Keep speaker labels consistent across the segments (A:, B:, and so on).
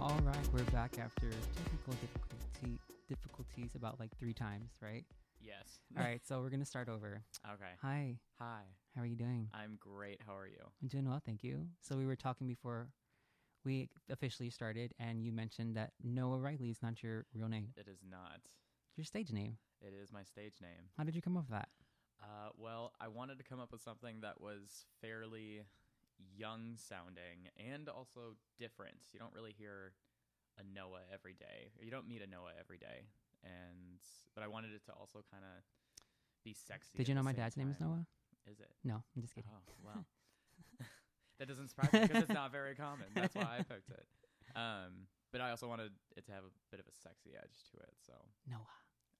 A: All right, we're back after technical difficulty difficulties about like three times, right?
B: Yes.
A: All right, so we're gonna start over.
B: Okay.
A: Hi,
B: Hi.
A: how are you doing?
B: I'm great. How are you?
A: I'm doing well, thank you. So we were talking before we officially started, and you mentioned that Noah Riley is not your real name,
B: It is not.
A: It's your stage name.
B: It is my stage name.
A: How did you come up with that?
B: Uh, well, I wanted to come up with something that was fairly young sounding and also different. You don't really hear a Noah every day, or you don't meet a Noah every day. And but I wanted it to also kind of be sexy.
A: did
B: at
A: you know
B: the
A: my
B: same
A: dad's name is
B: time.
A: Noah?
B: Is it?
A: No, I'm just kidding.
B: Oh, well. that doesn't surprise me because it's not very common. That's why I picked it. Um, but I also wanted it to have a bit of a sexy edge to it. So
A: Noah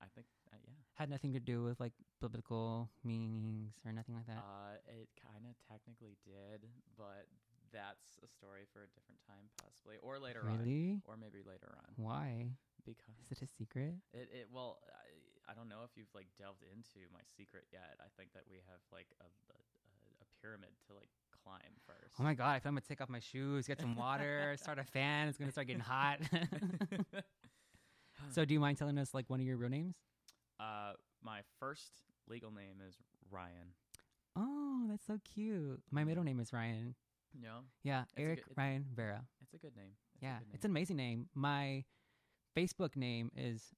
B: I think, uh, yeah.
A: had nothing to do with like biblical meanings or nothing like that.
B: Uh, it kind of technically did, but that's a story for a different time, possibly, or later
A: Really?
B: on. Or maybe later on.
A: Why?
B: Because.
A: Is it a secret?
B: It, it well, I, I don't know if you've like delved into my secret yet. I think that we have like a, a, a pyramid to like climb first.
A: Oh my god, I feel I'm gonna take off my shoes, get some water, start a fan, it's gonna start getting hot. so do you mind telling us like one of your real names?
B: Uh, my first legal name is Ryan.
A: Oh, that's so cute. My middle name is Ryan.
B: No,
A: Yeah,
B: a
A: Eric
B: good- it's-
A: Ryan Vera.
B: it's a good name. It's a
A: yeah,
B: good name.
A: it's an amazing name. My Facebook name is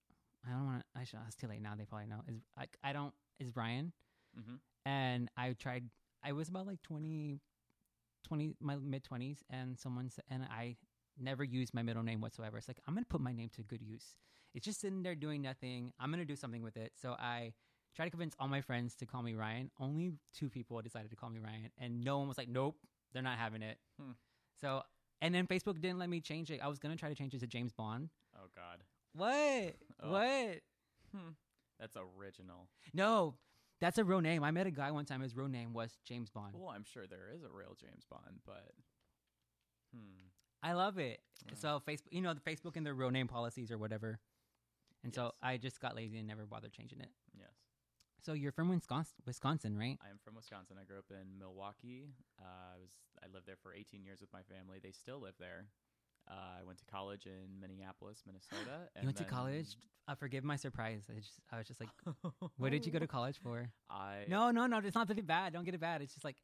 A: I don't want to. I should. It's too late now. They probably know. Is I, I don't is Ryan,
B: Mhm.
A: and I tried. I was about like 20, 20 my mid twenties, and someone said, and I never used my middle name whatsoever. It's like I'm gonna put my name to good use. It's just sitting there doing nothing. I'm gonna do something with it. So I tried to convince all my friends to call me Ryan. Only two people decided to call me Ryan, and no one was like, nope, they're not having it.
B: Hmm.
A: So, and then Facebook didn't let me change it. I was gonna try to change it to James Bond.
B: oh god,
A: What?
B: Oh.
A: What?
B: that's original.
A: No, that's a real name. I met a guy one time. His real name was James Bond.
B: Well, I'm sure there is a real James Bond, but hmm,
A: I love it. So Facebook, you know, the Facebook and their real name policies or whatever. And so
B: Yes.
A: I just got lazy and never bothered changing it.
B: yes,
A: So you're from Wisconsin, Wisconsin, right?
B: I am from Wisconsin. I grew up in Milwaukee. Uh, I was I lived there for 18 years with my family. They still live there. Uh, I went to college in Minneapolis, Minnesota. And
A: you went
B: then
A: to college. I Uh, forgive my surprise. I, just, I was just like, what did you go to college for?
B: I
A: No, no, no. It's not that bad. Don't get it bad. It's just like,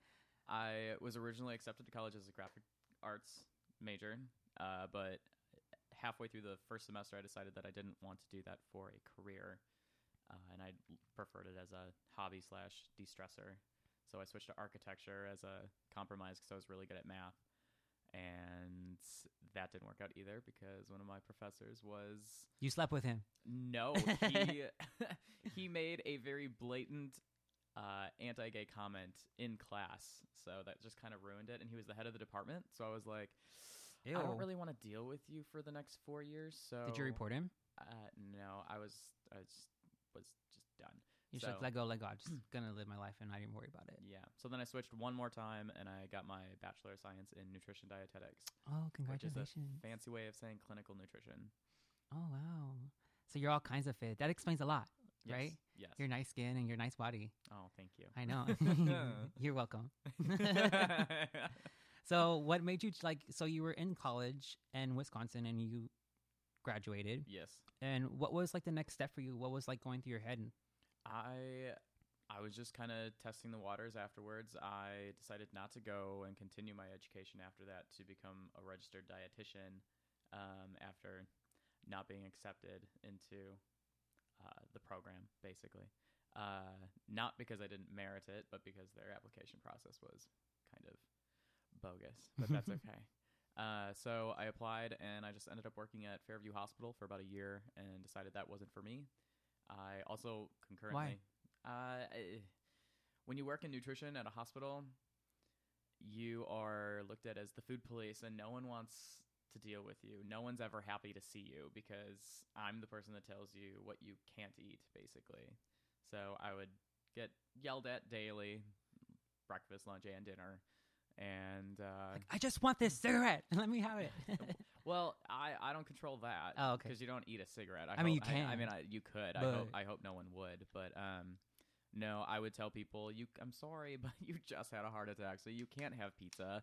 B: I was originally accepted to college as a graphic arts major, uh, but halfway through the first semester, I decided that I didn't want to do that for a career, uh, and I preferred it as a hobby slash de stressor. So I switched to architecture as a compromise because I was really good at math, and that didn't work out either because one of my professors was
A: you slept with him.
B: no, he he made a very blatant uh, anti-gay comment in class, so that just kind of ruined it. And he was the head of the department, so I was like, I
A: Ew.
B: don't really want to deal with you for the next four years. So
A: Did you report him?
B: Uh, no, I was I was, was just done.
A: You should
B: so,
A: let go, let go. I'm just gonna live my life and not even worry about it.
B: yeah. So then I switched one more time, and I got my bachelor of science in nutrition dietetics,
A: Oh,
B: which is a
A: congratulations!
B: fancy way of saying clinical nutrition.
A: Oh wow! So you're all kinds of fit. That explains a lot,
B: Yes,
A: right?
B: Yes.
A: Your nice skin and your nice body.
B: oh, thank you.
A: I know. you're welcome. so what made you like? So you were in college in Wisconsin and you graduated.
B: yes.
A: And what was like the next step for you? What was like going through your head?
B: I I was just kind of testing the waters afterwards. I decided not to go and continue my education after that to become a registered dietitian um, after not being accepted into uh, the program, basically. Uh, not because I didn't merit it, but because their application process was kind of bogus, but that's okay. Uh, so I applied and I just ended up working at Fairview Hospital for about a year and decided that wasn't for me. I also concurrently, Uh, I- when you work in nutrition at a hospital, you are looked at as the food police, and no one wants to deal with you. No one's ever happy to see you because I'm the person that tells you what you can't eat, basically. So I would get yelled at daily, breakfast, lunch, and dinner. And uh,
A: I just want this cigarette. Let me have it.
B: well, I, I don't control that.
A: Oh, okay.
B: Because you don't eat a cigarette. I,
A: I mean,
B: hope-
A: you
B: I, I
A: can,
B: mean, I, you could. I
A: but-
B: hope I hope no one would. But um, no, I would tell people, you I'm sorry, but you just had a heart attack, so you can't have pizza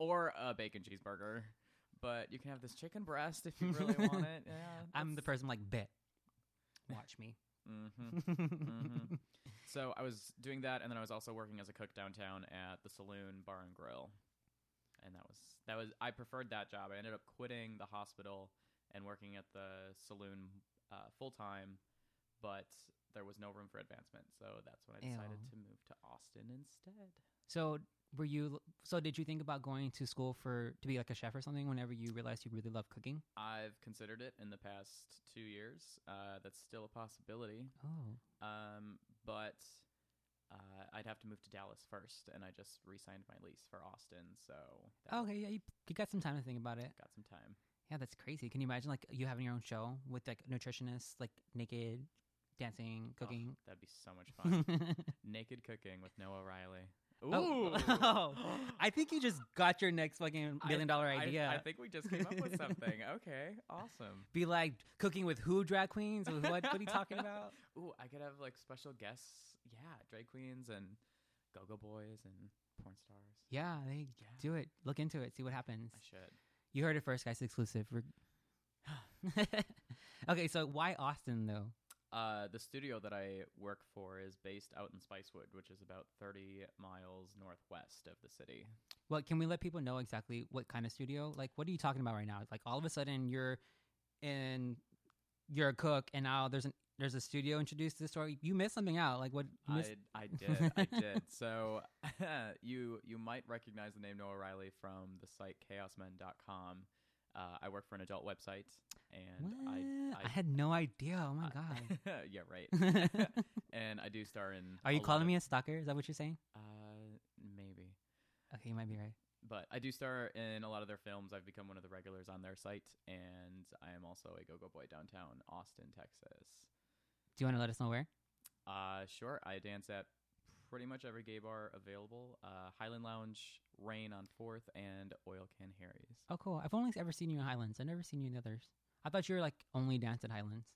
B: or a bacon cheeseburger. but you can have this chicken breast if you really want it. Yeah,
A: I'm the person like bet. Watch me.
B: hmm So I was doing that, and then I was also working as a cook downtown at the Saloon Bar and Grill, and that was that was I preferred that job. I ended up quitting the hospital and working at the saloon uh, full time, but there was no room for advancement, so that's when I decided
A: Ew.
B: to move to Austin instead.
A: so were you? So did you think about going to school for to be like a chef or something? Whenever you realized you really love cooking.
B: I've considered it in the past two years. Uh, that's still a possibility.
A: Oh,
B: Um, but uh, I'd have to move to Dallas first, and I just re-signed my lease for Austin, so that
A: okay. Yeah, you, you got some time to think about it.
B: got some time.
A: Yeah, that's crazy. Can you imagine like you having your own show with like nutritionists, like naked, dancing,
B: Oh,
A: cooking?
B: that'd be so much fun. Naked cooking with Noah Riley.
A: Oh. I think you just got your next fucking
B: I-
A: million dollar
B: I-
A: idea.
B: I, think we just came up with something. Okay, awesome.
A: Be like cooking with who drag queens? With what? What are you talking about?
B: Ooh, I could have like special guests. Yeah, drag queens and go-go boys and porn stars.
A: Yeah, they
B: Yeah,
A: do it. Look into it. See what happens.
B: I should.
A: You heard it first, guys. Exclusive. We're- okay, so why Austin though?
B: Uh, the studio that I work for is based out in Spicewood, which is about 30 miles northwest of the city.
A: Well, can we let people know exactly what kind of studio? Like, what are you talking about right now? It's Like, all of a sudden, you're in, you're a cook, and now there's an there's a studio introduced to the story. You missed something out. Like, what? You missed,
B: I, I did. I did. So you you might recognize the name Noah Riley from the site chaosmen.com. Uh, I work for an adult website, and
A: What?
B: I,
A: I,
B: I,
A: had no idea. Oh my
B: I-
A: god.
B: yeah, right.
A: are
B: and I do star in.
A: you
B: a lot
A: calling
B: of-
A: me a stalker? Is that what you're saying?
B: Uh, maybe.
A: Okay, you might be right.
B: But I do star in a lot of their films. I've become one of the regulars on their site, and I am also a go-go boy downtown Austin, Texas.
A: Do you want to let us know where?
B: Uh, sure. I dance at pretty much every gay bar available. Uh, Highland Lounge, Rain on Fourth, and Oil Can Harry's.
A: Oh, cool. I've only ever seen you in Highlands. I've never seen you in the others. I thought you were like only dance at Highlands.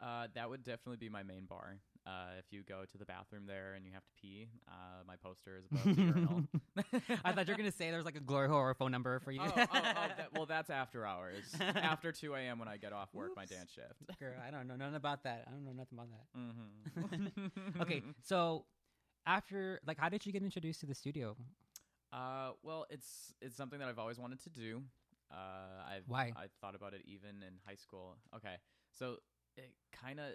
B: Uh, that would definitely be my main bar. Uh, if you go to the bathroom there and you have to pee, uh, my poster is above the urinal.
A: I thought you were gonna say there was like a glory hole or a phone number for you.
B: Oh, oh, oh that, well, that's after hours. after 2 a.m. when I get off work, my
A: Oops.
B: dance shift.
A: Girl, I don't know nothing about that. I don't know nothing about that.
B: hmm
A: Okay, so after, like, how did you get introduced to the studio?
B: Uh, well, it's it's something that I've always wanted to do. Uh, I've
A: Why?
B: I thought about it even in high school. Okay, so it kind of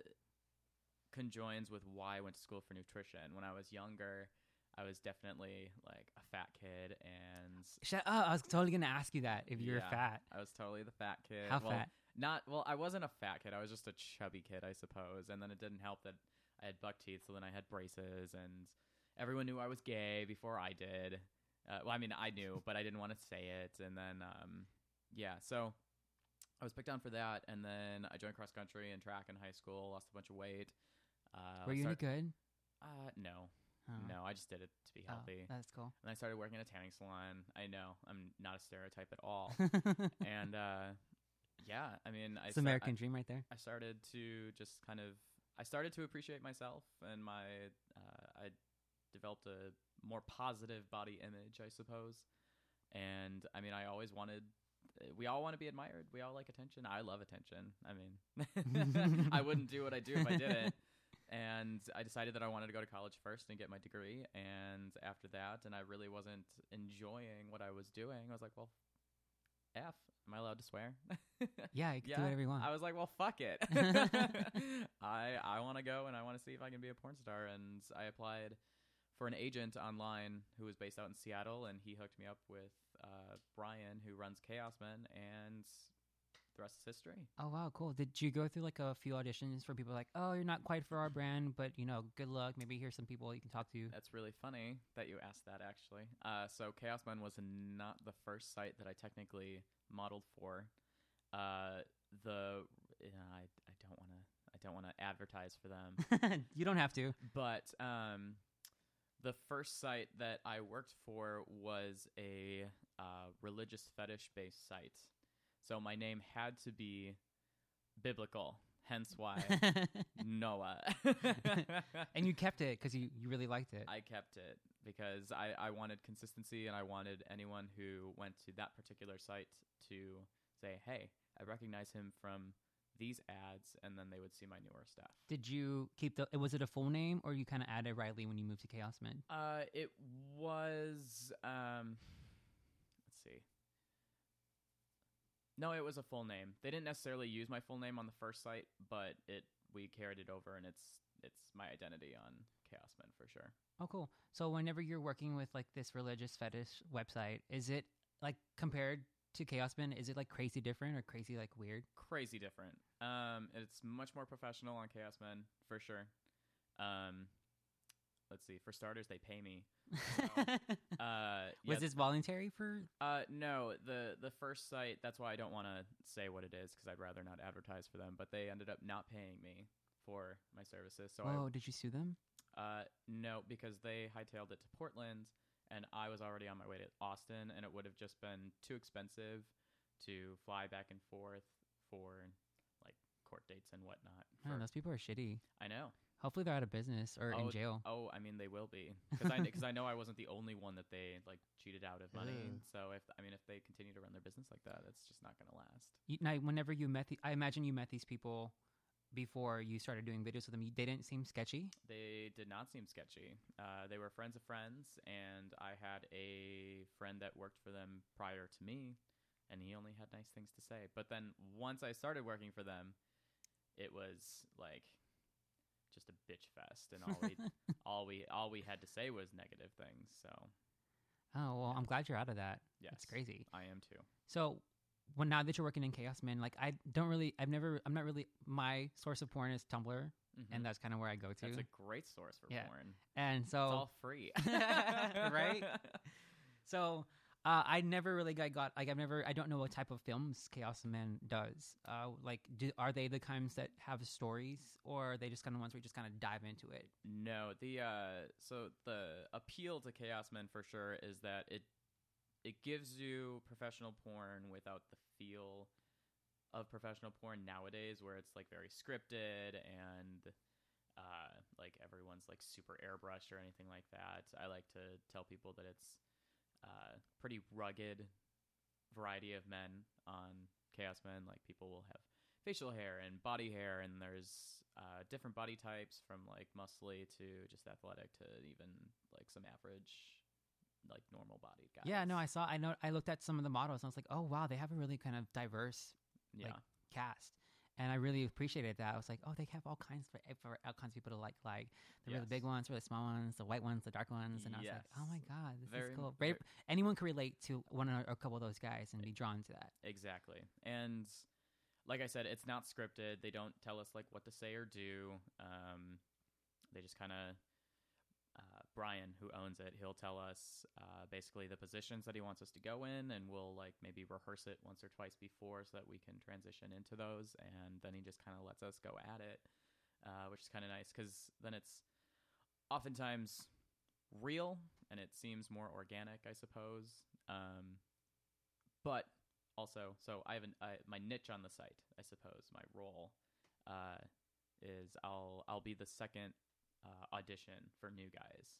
B: conjoins with why I went to school for nutrition. When I was younger, I was definitely like a fat kid, and
A: Shut up! I was totally gonna ask you that if you were
B: Yeah.
A: fat.
B: I was totally the fat kid.
A: How
B: well,
A: fat?
B: Not well. I wasn't a fat kid. I was just a chubby kid, I suppose. And then it didn't help that I had buck teeth, so then I had braces, and everyone knew I was gay before I did. Uh, well, I mean, I knew, but I didn't want to say it. And then, um, yeah, so I was picked on for that. And then I joined cross country and track in high school. Lost a bunch of weight. Uh,
A: were you
B: start-
A: any good?
B: Uh, no,
A: Oh.
B: no. I just did it to be
A: Oh,
B: healthy.
A: that's cool.
B: and I started working at a tanning salon. I know I'm not a stereotype at all and uh, yeah, I mean, I
A: it's
B: sta-
A: American dream right there.
B: I, I started to just kind of, I started to appreciate myself and my, uh, I developed a more positive body image, I suppose. And I mean, I always wanted. We all want to be admired. We all like attention. I love attention. I mean, I wouldn't do what I do if I didn't. And I decided that I wanted to go to college first and get my degree. And after that, and I really wasn't enjoying what I was doing. I was like, well, F, am I allowed to swear?
A: Yeah, you can do
B: Yeah,
A: whatever you want.
B: I was like, well, fuck it. I I want to go and I want to see if I can be a porn star. And I applied for an agent online who was based out in Seattle, and he hooked me up with uh, Brian, who runs Chaos Men, and the rest is history.
A: oh wow, cool. Did you go through like a few auditions for people like, oh, you're not quite for our brand, but you know, good luck. Maybe here's some people you can talk to.
B: That's really funny that you asked that, actually. Uh, so Chaos Men was not the first site that I technically modeled for. Uh, the yeah, I I don't want to I don't want to advertise for them.
A: you don't have to.
B: but um, the first site that I worked for was a uh, religious fetish based site. So my name had to be biblical, Hence why Noah.
A: and you kept it because you, you really liked it.
B: I kept it because I, I wanted consistency and I wanted anyone who went to that particular site to say, hey, I recognize him from these ads, and then they would see my newer stuff.
A: Did you keep the? Was it a full name, or you kind of added Riley when you moved to Chaos Med?
B: Uh, it was, um, let's see. No, it was a full name. They didn't necessarily use my full name on the first site, but it we carried it over, and it's it's my identity on Chaos Men for sure.
A: Oh, cool. So whenever you're working with like this religious fetish website, is it like compared to Chaos Men? Is it like crazy different or crazy like weird?
B: Crazy different. Um, it's much more professional on Chaos Men for sure. Um, let's see. For starters, they pay me. Uh, yeah,
A: Was this voluntary for?
B: Uh, no, the the first site. That's why I don't want to say what it is because I'd rather not advertise for them. But they ended up not paying me for my services. So
A: oh, did you sue them?
B: I, uh, no, because they hightailed it to Portland, and I was already on my way to Austin, and it would have just been too expensive to fly back and forth for like court dates and whatnot.
A: Man,
B: for-
A: those people are shitty.
B: I know.
A: Hopefully they're out of business or in
B: Oh,
A: jail.
B: Oh, I mean, they will be because I because I know I wasn't the only one that they like cheated out of money.
A: Ugh.
B: So if I mean if they continue to run their business like that, it's just not going to last.
A: You, now, whenever you met, the, I imagine you met these people before you started doing videos with them. You, they didn't seem sketchy.
B: They did not seem sketchy. Uh, they were friends of friends, and I had a friend that worked for them prior to me, and he only had nice things to say. But then once I started working for them, it was like just a bitch fest, and all we all we all we had to say was negative things. So
A: Oh well, I'm glad you're out of that.
B: yes,
A: It's crazy.
B: I am too.
A: So, when now that you're working in Chaos Man, like I don't really, I've never, I'm not really. My source of porn is Tumblr,
B: Mhm.
A: and Mm. that's kind of where I go to.
B: That's a great source for
A: Yeah.
B: porn.
A: and
B: It's
A: so,
B: all free,
A: Right? so uh, I never really got, got like I've never, I don't know what type of films Chaos Man does. Uh, like, do, are they the kinds that have stories, or are they just kind of ones where you just kind of dive into it?
B: No, the uh, so the appeal to Chaos Men for sure is that it it gives you professional porn without the feel of professional porn nowadays, where it's like very scripted and uh, like everyone's like super airbrushed or anything like that. I like to tell people that it's uh, pretty rugged variety of men on Chaos Men. Like people will have facial hair and body hair, and there's uh, different body types from like muscly to just athletic to even like some average, like normal bodied guys.
A: Yeah, no, I saw, I know, I looked at some of the models, and I was like, oh wow, they have a really kind of diverse
B: yeah.
A: like, cast. And I really appreciated that. I was like, oh, they have all kinds for, for all kinds of people to like, like the really
B: Yes.
A: big ones, really small ones, the white ones, the dark ones. And I was like, oh my
B: Yes.
A: god, this
B: Very-
A: is cool. Very,
B: ver-
A: anyone could relate to one or a couple of those guys and be drawn to that.
B: Exactly. And like I said, it's not scripted. They don't tell us like what to say or do. Um, they just kind of uh, Brian, who owns it, he'll tell us uh, basically the positions that he wants us to go in, and we'll like maybe rehearse it once or twice before so that we can transition into those. And then he just kind of lets us go at it, uh, which is kind of nice because then it's oftentimes real and it seems more organic, I suppose. Um, but also, so I have an, I, my niche on the site, I suppose. My role uh, is I'll I'll be the second uh, audition for new guys.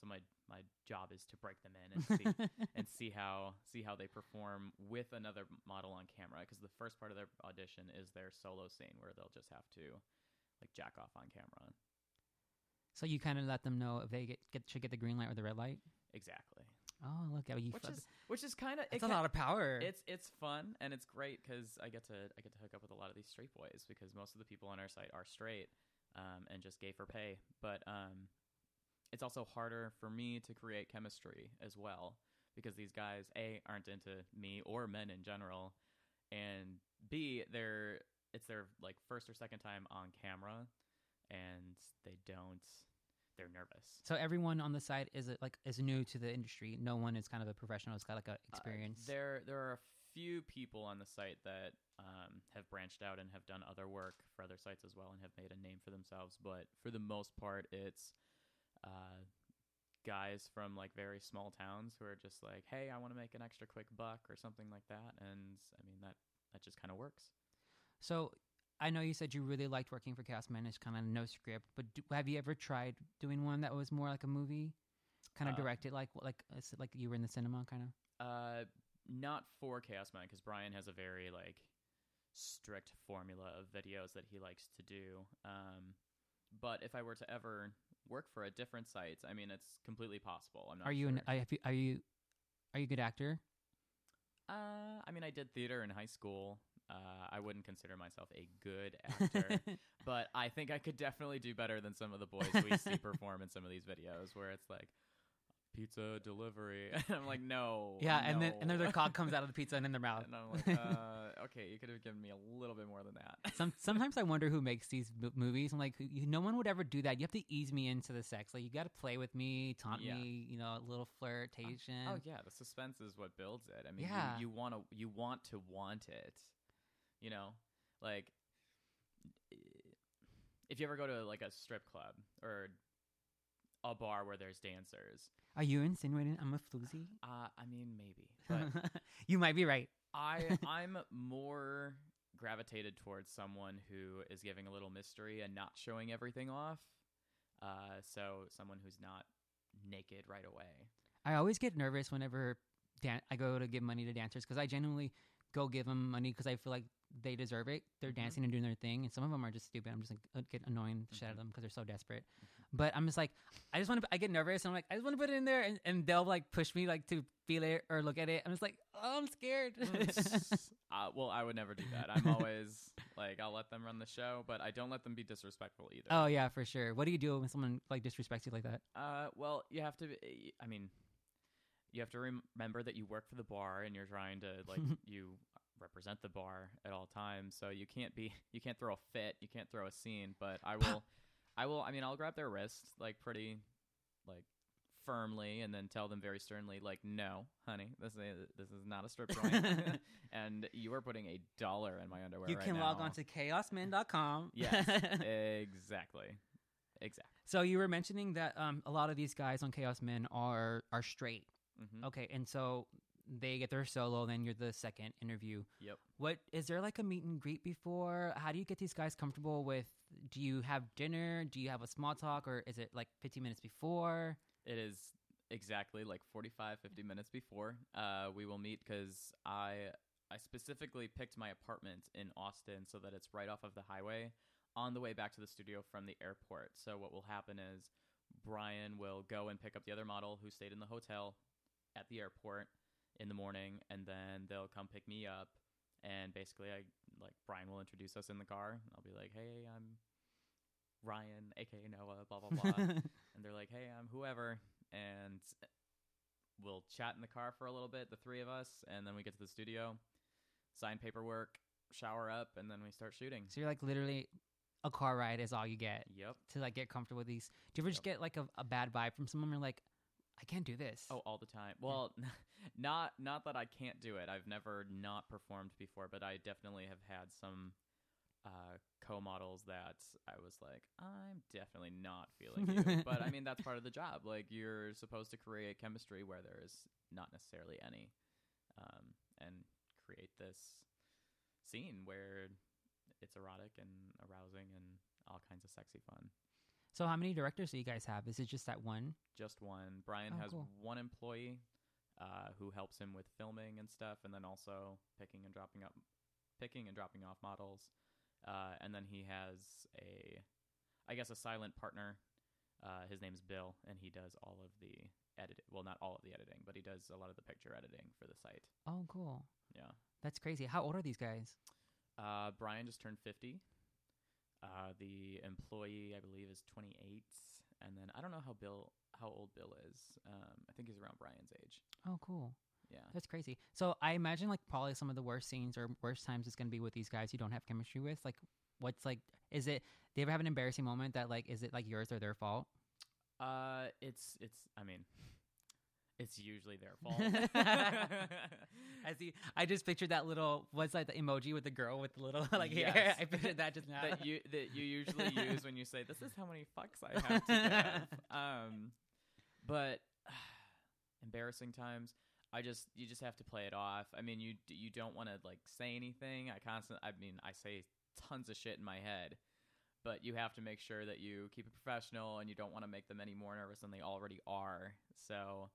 B: So my my job is to break them in and see and see how see how they perform with another model on camera because the first part of their audition is their solo scene where they'll just have to like jack off on camera.
A: so you kind of let them know if they get, get should get the green light or the red light.
B: Exactly.
A: Oh, look at you!
B: Which
A: flip-
B: is which is kind of
A: it's a lot of power.
B: It's it's fun and it's great because I get to I get to hook up with a lot of these straight boys because most of the people on our site are straight um, and just gay for pay. But um, it's also harder for me to create chemistry as well because these guys a aren't into me or men in general, and b they're it's their like first or second time on camera, and they don't they're nervous.
A: so everyone on the site is uh, like is new to the industry. No one is kind of a professional. It's got like a
B: Uh,
A: experience.
B: there, there are a few people on the site that um, have branched out and have done other work for other sites as well and have made a name for themselves. But for the most part, it's uh, guys from like very small towns who are just like, "Hey, I want to make an extra quick buck" or something like that. And I mean that that just kind of works.
A: So I know you said you really liked working for Castman. It's kind of no script, but do, have you ever tried doing one that was more like a movie, kind of
B: Uh,
A: directed like like uh, s- like you were in the cinema, kind of?
B: Uh, not for Chaos Mind because Brian has a very like strict formula of videos that he likes to do. Um, but if I were to ever work for a different site, I mean, it's completely possible. I'm not.
A: Are you an
B: sure.
A: I- if you- are you are you a good actor?
B: uh, I mean, I did theater in high school. Uh, I wouldn't consider myself a good actor, but I think I could definitely do better than some of the boys we see perform in some of these videos, where it's like pizza delivery, and I'm like, no,
A: yeah, and then and then
B: no."
A: the cock comes out of the pizza and in their mouth.
B: And I'm like, uh, okay, you could have given me a little bit more than that.
A: Some, sometimes I wonder who makes these m- movies. I'm like, you, no one would ever do that. You have to ease me into the sex. Like, you got to play with me, taunt
B: Yeah.
A: me, you know, a little flirtation.
B: oh yeah, the suspense is what builds it. I mean,
A: Yeah.
B: you, you want to you want to want it, you know, like if you ever go to like a strip club or a bar where there's dancers.
A: Are you insinuating I'm a floozy?
B: Uh, I mean, maybe, but
A: you might be right.
B: I I'm more gravitated towards someone who is giving a little mystery and not showing everything off. Uh, so someone who's not naked right away.
A: I always get nervous whenever dan- I go to give money to dancers because I genuinely go give them money because I feel like they deserve it. They're
B: Mhm.
A: dancing and doing their thing, and some of them are just stupid. I'm just like uh, get annoying the shit out of them because they're so desperate. But I'm just like, I just want to. I get nervous. And I'm like, I just want to put it in there, and, and they'll like push me like to feel it or look at it. I'm just like, oh, I'm scared.
B: uh, well, I would never do that. I'm always like, I'll let them run the show, but I don't let them be disrespectful either.
A: oh yeah, for sure. What do you do when someone like disrespects you like that?
B: Uh, well, you have to. be- I mean, you have to rem- remember that you work for the bar and you're trying to like you represent the bar at all times. So you can't be, you can't throw a fit, you can't throw a scene. But I will, I will. I mean, I'll grab their wrist like pretty, like firmly, and then tell them very sternly, like, no, honey, this is this is not a strip joint, and you are putting a dollar in my underwear.
A: you
B: right
A: can log
B: now."
A: on to chaosman.com.
B: Yes. exactly, exactly.
A: so you were mentioning that um, a lot of these guys on Chaos Men are are straight.
B: hmm
A: Okay, and so they get their solo, then you're the second interview.
B: Yep.
A: What is there like a meet and greet before? How do you get these guys comfortable with? Do you have dinner? Do you have a small talk, or is it like 15 minutes before?
B: It is exactly like 45, 50 minutes before uh, we will meet because I I specifically picked my apartment in Austin so that it's right off of the highway on the way back to the studio from the airport. So what will happen is Brian will go and pick up the other model who stayed in the hotel at the airport in the morning, and then they'll come pick me up. And basically, I like Brian will introduce us in the car. I'll be like, "Hey, I'm Ryan, aka Noah." Blah blah blah and they're like, "Hey, I'm whoever," and we'll chat in the car for a little bit, the three of us, and then we get to the studio, sign paperwork, shower up, and then we start shooting.
A: so you're like literally a car ride is all you get
B: Yep.
A: to like get comfortable with these. Do you ever just get like a, a bad vibe from someone? You're like, I can't do this.
B: Oh, all the time. Well, not not that I can't do it. I've never not performed before, but I definitely have had some uh, co-models that I was like, I'm definitely not feeling you. but I mean, that's part of the job. Like you're supposed to create chemistry where there is not necessarily any, um, and create this scene where it's erotic and arousing and all kinds of sexy fun.
A: So how many directors do you guys have? Is it just that one?
B: just one. Brian
A: Oh,
B: has
A: cool.
B: one employee uh, who helps him with filming and stuff, and then also picking and dropping up, picking and dropping off models. Uh, and then he has a, I guess, a silent partner. Uh, his name's Bill, and he does all of the edit. Well, not all of the editing, but he does a lot of the picture editing for the site.
A: Oh, cool.
B: Yeah.
A: That's crazy. How old are these guys?
B: Uh, Brian just turned 50. Uh, the employee, I believe, is 28. And then I don't know how Bill, how old Bill is. Um, I think he's around Brian's age.
A: Oh, cool.
B: Yeah.
A: That's crazy. So I imagine like probably some of the worst scenes or worst times is going to be with these guys you don't have chemistry with. Like, what's like? Is it? They ever have an embarrassing moment that like is it like yours or their fault?
B: Uh, it's it's. I mean, it's usually their fault.
A: I see. I just pictured that little what's like the emoji with the girl with the little like hair.
B: Yes.
A: I pictured that just now.
B: that you that you usually use when you say, "This is how many fucks I have to give." Um, but embarrassing times. I just you just have to play it off. I mean, you d- you don't want to like say anything. I constant. I mean, I say tons of shit in my head. But you have to make sure that you keep it professional and you don't want to make them any more nervous than they already are. So,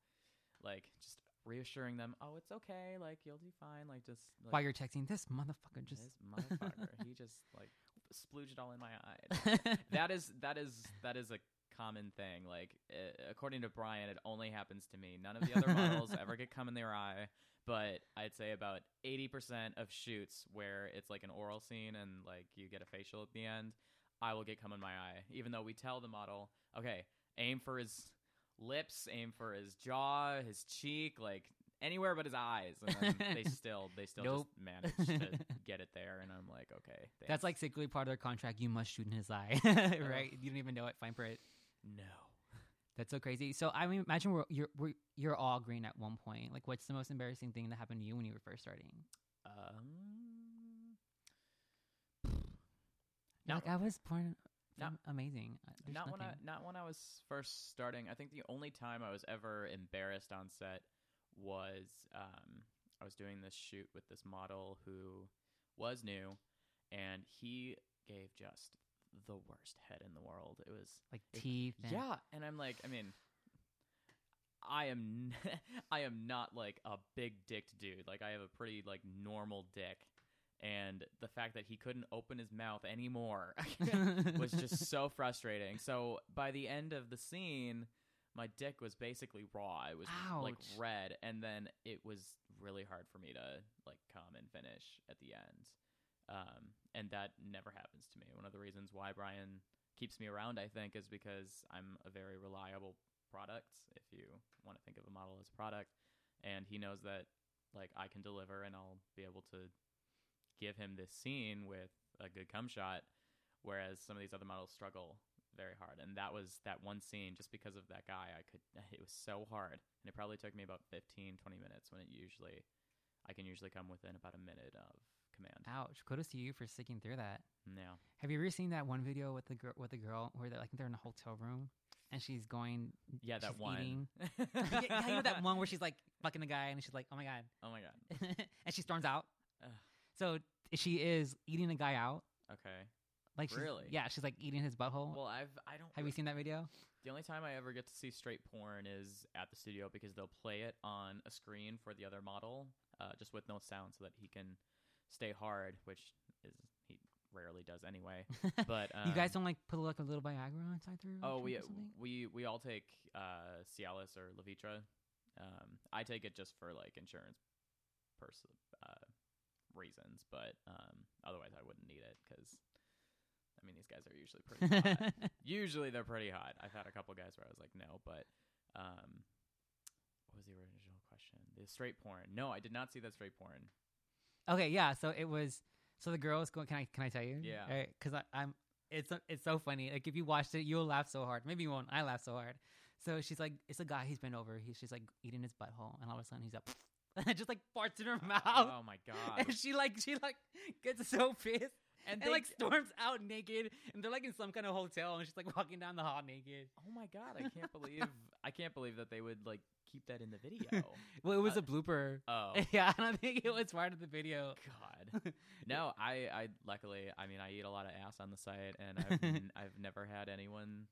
B: like, just reassuring them, oh, it's okay. Like, you'll do fine. Like, just like,
A: While you're texting this motherfucker, just
B: this motherfucker. he just like splooged it all in my eye. that is that is that is a common thing. Like uh, according to Brian, it only happens to me. None of the other models ever get cum in their eye, but I'd say about eighty percent of shoots where it's like an oral scene and like you get a facial at the end, I will get cum in my eye, even though we tell the model, okay, aim for his lips, aim for his jaw, his cheek, like anywhere but his eyes and then they still they still
A: Nope.
B: just manage to get it there and i'm like okay
A: that's
B: thanks.
A: like secretly part of their contract. You must shoot in his eye, right? You don't even know it. Fine print.
B: no
A: That's so crazy. So I mean, imagine we're, you're we're, you're all green at one point. Like, what's the most embarrassing thing that happened to you when you were first starting?
B: Um,
A: You're
B: Not
A: like I was born
B: not-
A: am- amazing. Uh, there's
B: not when I
A: nothing.
B: not when I was first starting. I think the only time I was ever embarrassed on set was um, I was doing this shoot with this model who was new, and he gave just the worst head in the world. It was
A: like
B: it-
A: teeth. And,
B: Yeah, and I'm like, I mean, I am, n- I am not like a big dicked dude. Like I have a pretty like normal dick, and the fact that he couldn't open his mouth anymore was just so frustrating. So by the end of the scene, my dick was basically raw. It was like
A: Ouch.
B: red, and then it was really hard for me to like come and finish at the end. Um, and that never happens to me. One of the reasons why Brian keeps me around, I think, is because I'm a very reliable product. If you want to think of a model as a product, and he knows that like I can deliver, and I'll be able to give him this scene with a good cum shot, whereas some of these other models struggle very hard. And that was that one scene just because of that guy. I could it was so hard, and it probably took me about 15, 20 minutes when it usually I can usually come within about a minute of command.
A: Ouch. Kudos to you for sticking through that.
B: Now,
A: Have you ever seen that one video with the girl with the girl where they're like they're in a hotel room and she's going
B: yeah, that
A: she's
B: one.
A: eating. yeah, yeah, you know that one where she's like fucking the guy and she's like, oh my god,
B: Oh my god.
A: and she storms out.
B: Ugh.
A: So she is eating the guy out.
B: Okay.
A: Like she's,
B: Really?
A: Yeah, she's like eating his butthole.
B: Well, I've I don't.
A: Have you seen that video?
B: The only time I ever get to see straight porn is at the studio because they'll play it on a screen for the other model, uh, just with no sound, so that he can stay hard, which is he rarely does anyway. But um,
A: you guys don't like put like a little Viagra on side through?
B: Oh, we
A: Or something?
B: we we all take uh, Cialis or Levitra. Um, I take it just for like insurance pers- uh, reasons, but um, otherwise I wouldn't need it because I mean these guys are usually pretty hot. usually they're pretty hot. I've had a couple guys where I was like, no, but um, what was the original question? The straight porn. No, I did not see that straight porn.
A: okay, yeah. So it was. So the girl is going. Can I can I tell you?
B: Yeah.
A: Because I'm. It's so- it's so funny. Like if you watched it, you'll laugh so hard. Maybe you won't. I laugh so hard. So she's like, it's a guy. He's been over. He's she's like eating his butthole, and all of a sudden he's like, just like farts in her mouth.
B: Oh my god.
A: and she like she like gets so pissed and,
B: they-
A: like storms out naked and they're like in some kind of hotel and she's like walking down the hall naked
B: oh my god, I can't believe I can't believe that they would like keep that in the video.
A: well it was
B: Uh,
A: a blooper
B: Oh.
A: yeah i don't think it was part of the video
B: God. No, I, I luckily, I mean, I eat a lot of ass on the site, and I've, n- I've never had anyone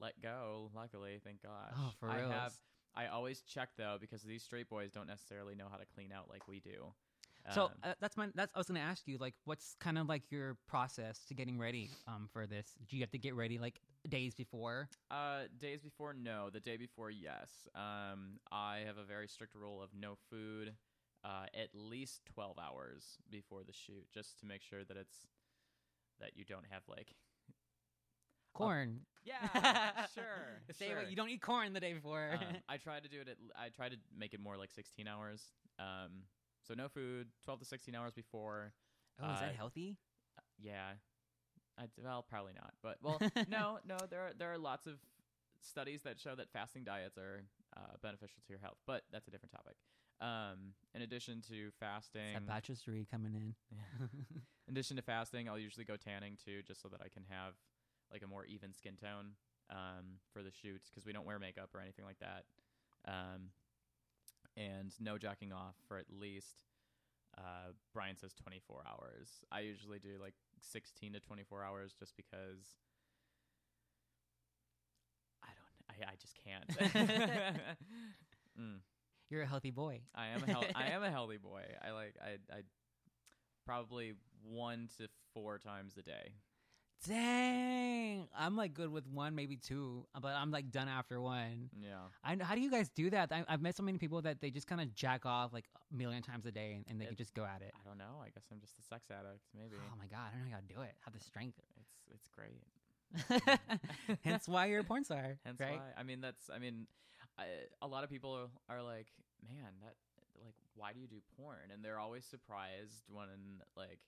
B: let go. Luckily, thank gosh.
A: Oh, for
B: I
A: reals.
B: have. I always check though because these straight boys don't necessarily know how to clean out like we do.
A: so
B: Um,
A: uh, that's my that's i was gonna ask you like what's kind of like your process to getting ready um for this do you have to get ready like days before
B: Uh, days before, no. The day before, yes. Um, I have a very strict rule of no food, uh, at least twelve hours before the shoot, just to make sure that it's that you don't have like
A: Oh, corn uh,
B: yeah, sure,
A: The day-
B: sure.
A: you don't eat corn the day before
B: Um, I try to do it. At, l- I try to make it more like sixteen hours. Um, so no food, twelve to sixteen hours before.
A: oh is
B: uh,
A: that healthy
B: Yeah, I, well, probably not. But well, no, no. There are, there are lots of studies that show that fasting diets are uh, beneficial to your health, but that's a different topic. Um, in addition to fasting,
A: it's that bachelor's coming in
B: in addition to fasting, I'll usually go tanning too, just so that I can have like a more even skin tone um, for the shoots because we don't wear makeup or anything like that. Um, and no jacking off for at least Uh, Brian says 24 hours. I usually do like 16 to 24 hours just because I don't. I, I just can't. mm.
A: You're a healthy boy.
B: I am a hel- I am a healthy boy. I like I I probably one to four times a day.
A: Dang, I'm like good with one, maybe two, uh, but I'm like done after one.
B: Yeah.
A: I, how do you guys do that? I, I've met so many people that they just kind of jack off like a million times a day and, and they can
B: It-
A: just go at it.
B: I don't know. I guess I'm just a sex addict. Maybe
A: Oh my god, I don't know how to do it. Have the strength.
B: it's it's great.
A: Hence why you're a porn star,
B: Hence
A: right?
B: why. I mean, that's. I mean, I, a lot of people are like, man, that like, why do you do porn? And they're always surprised when like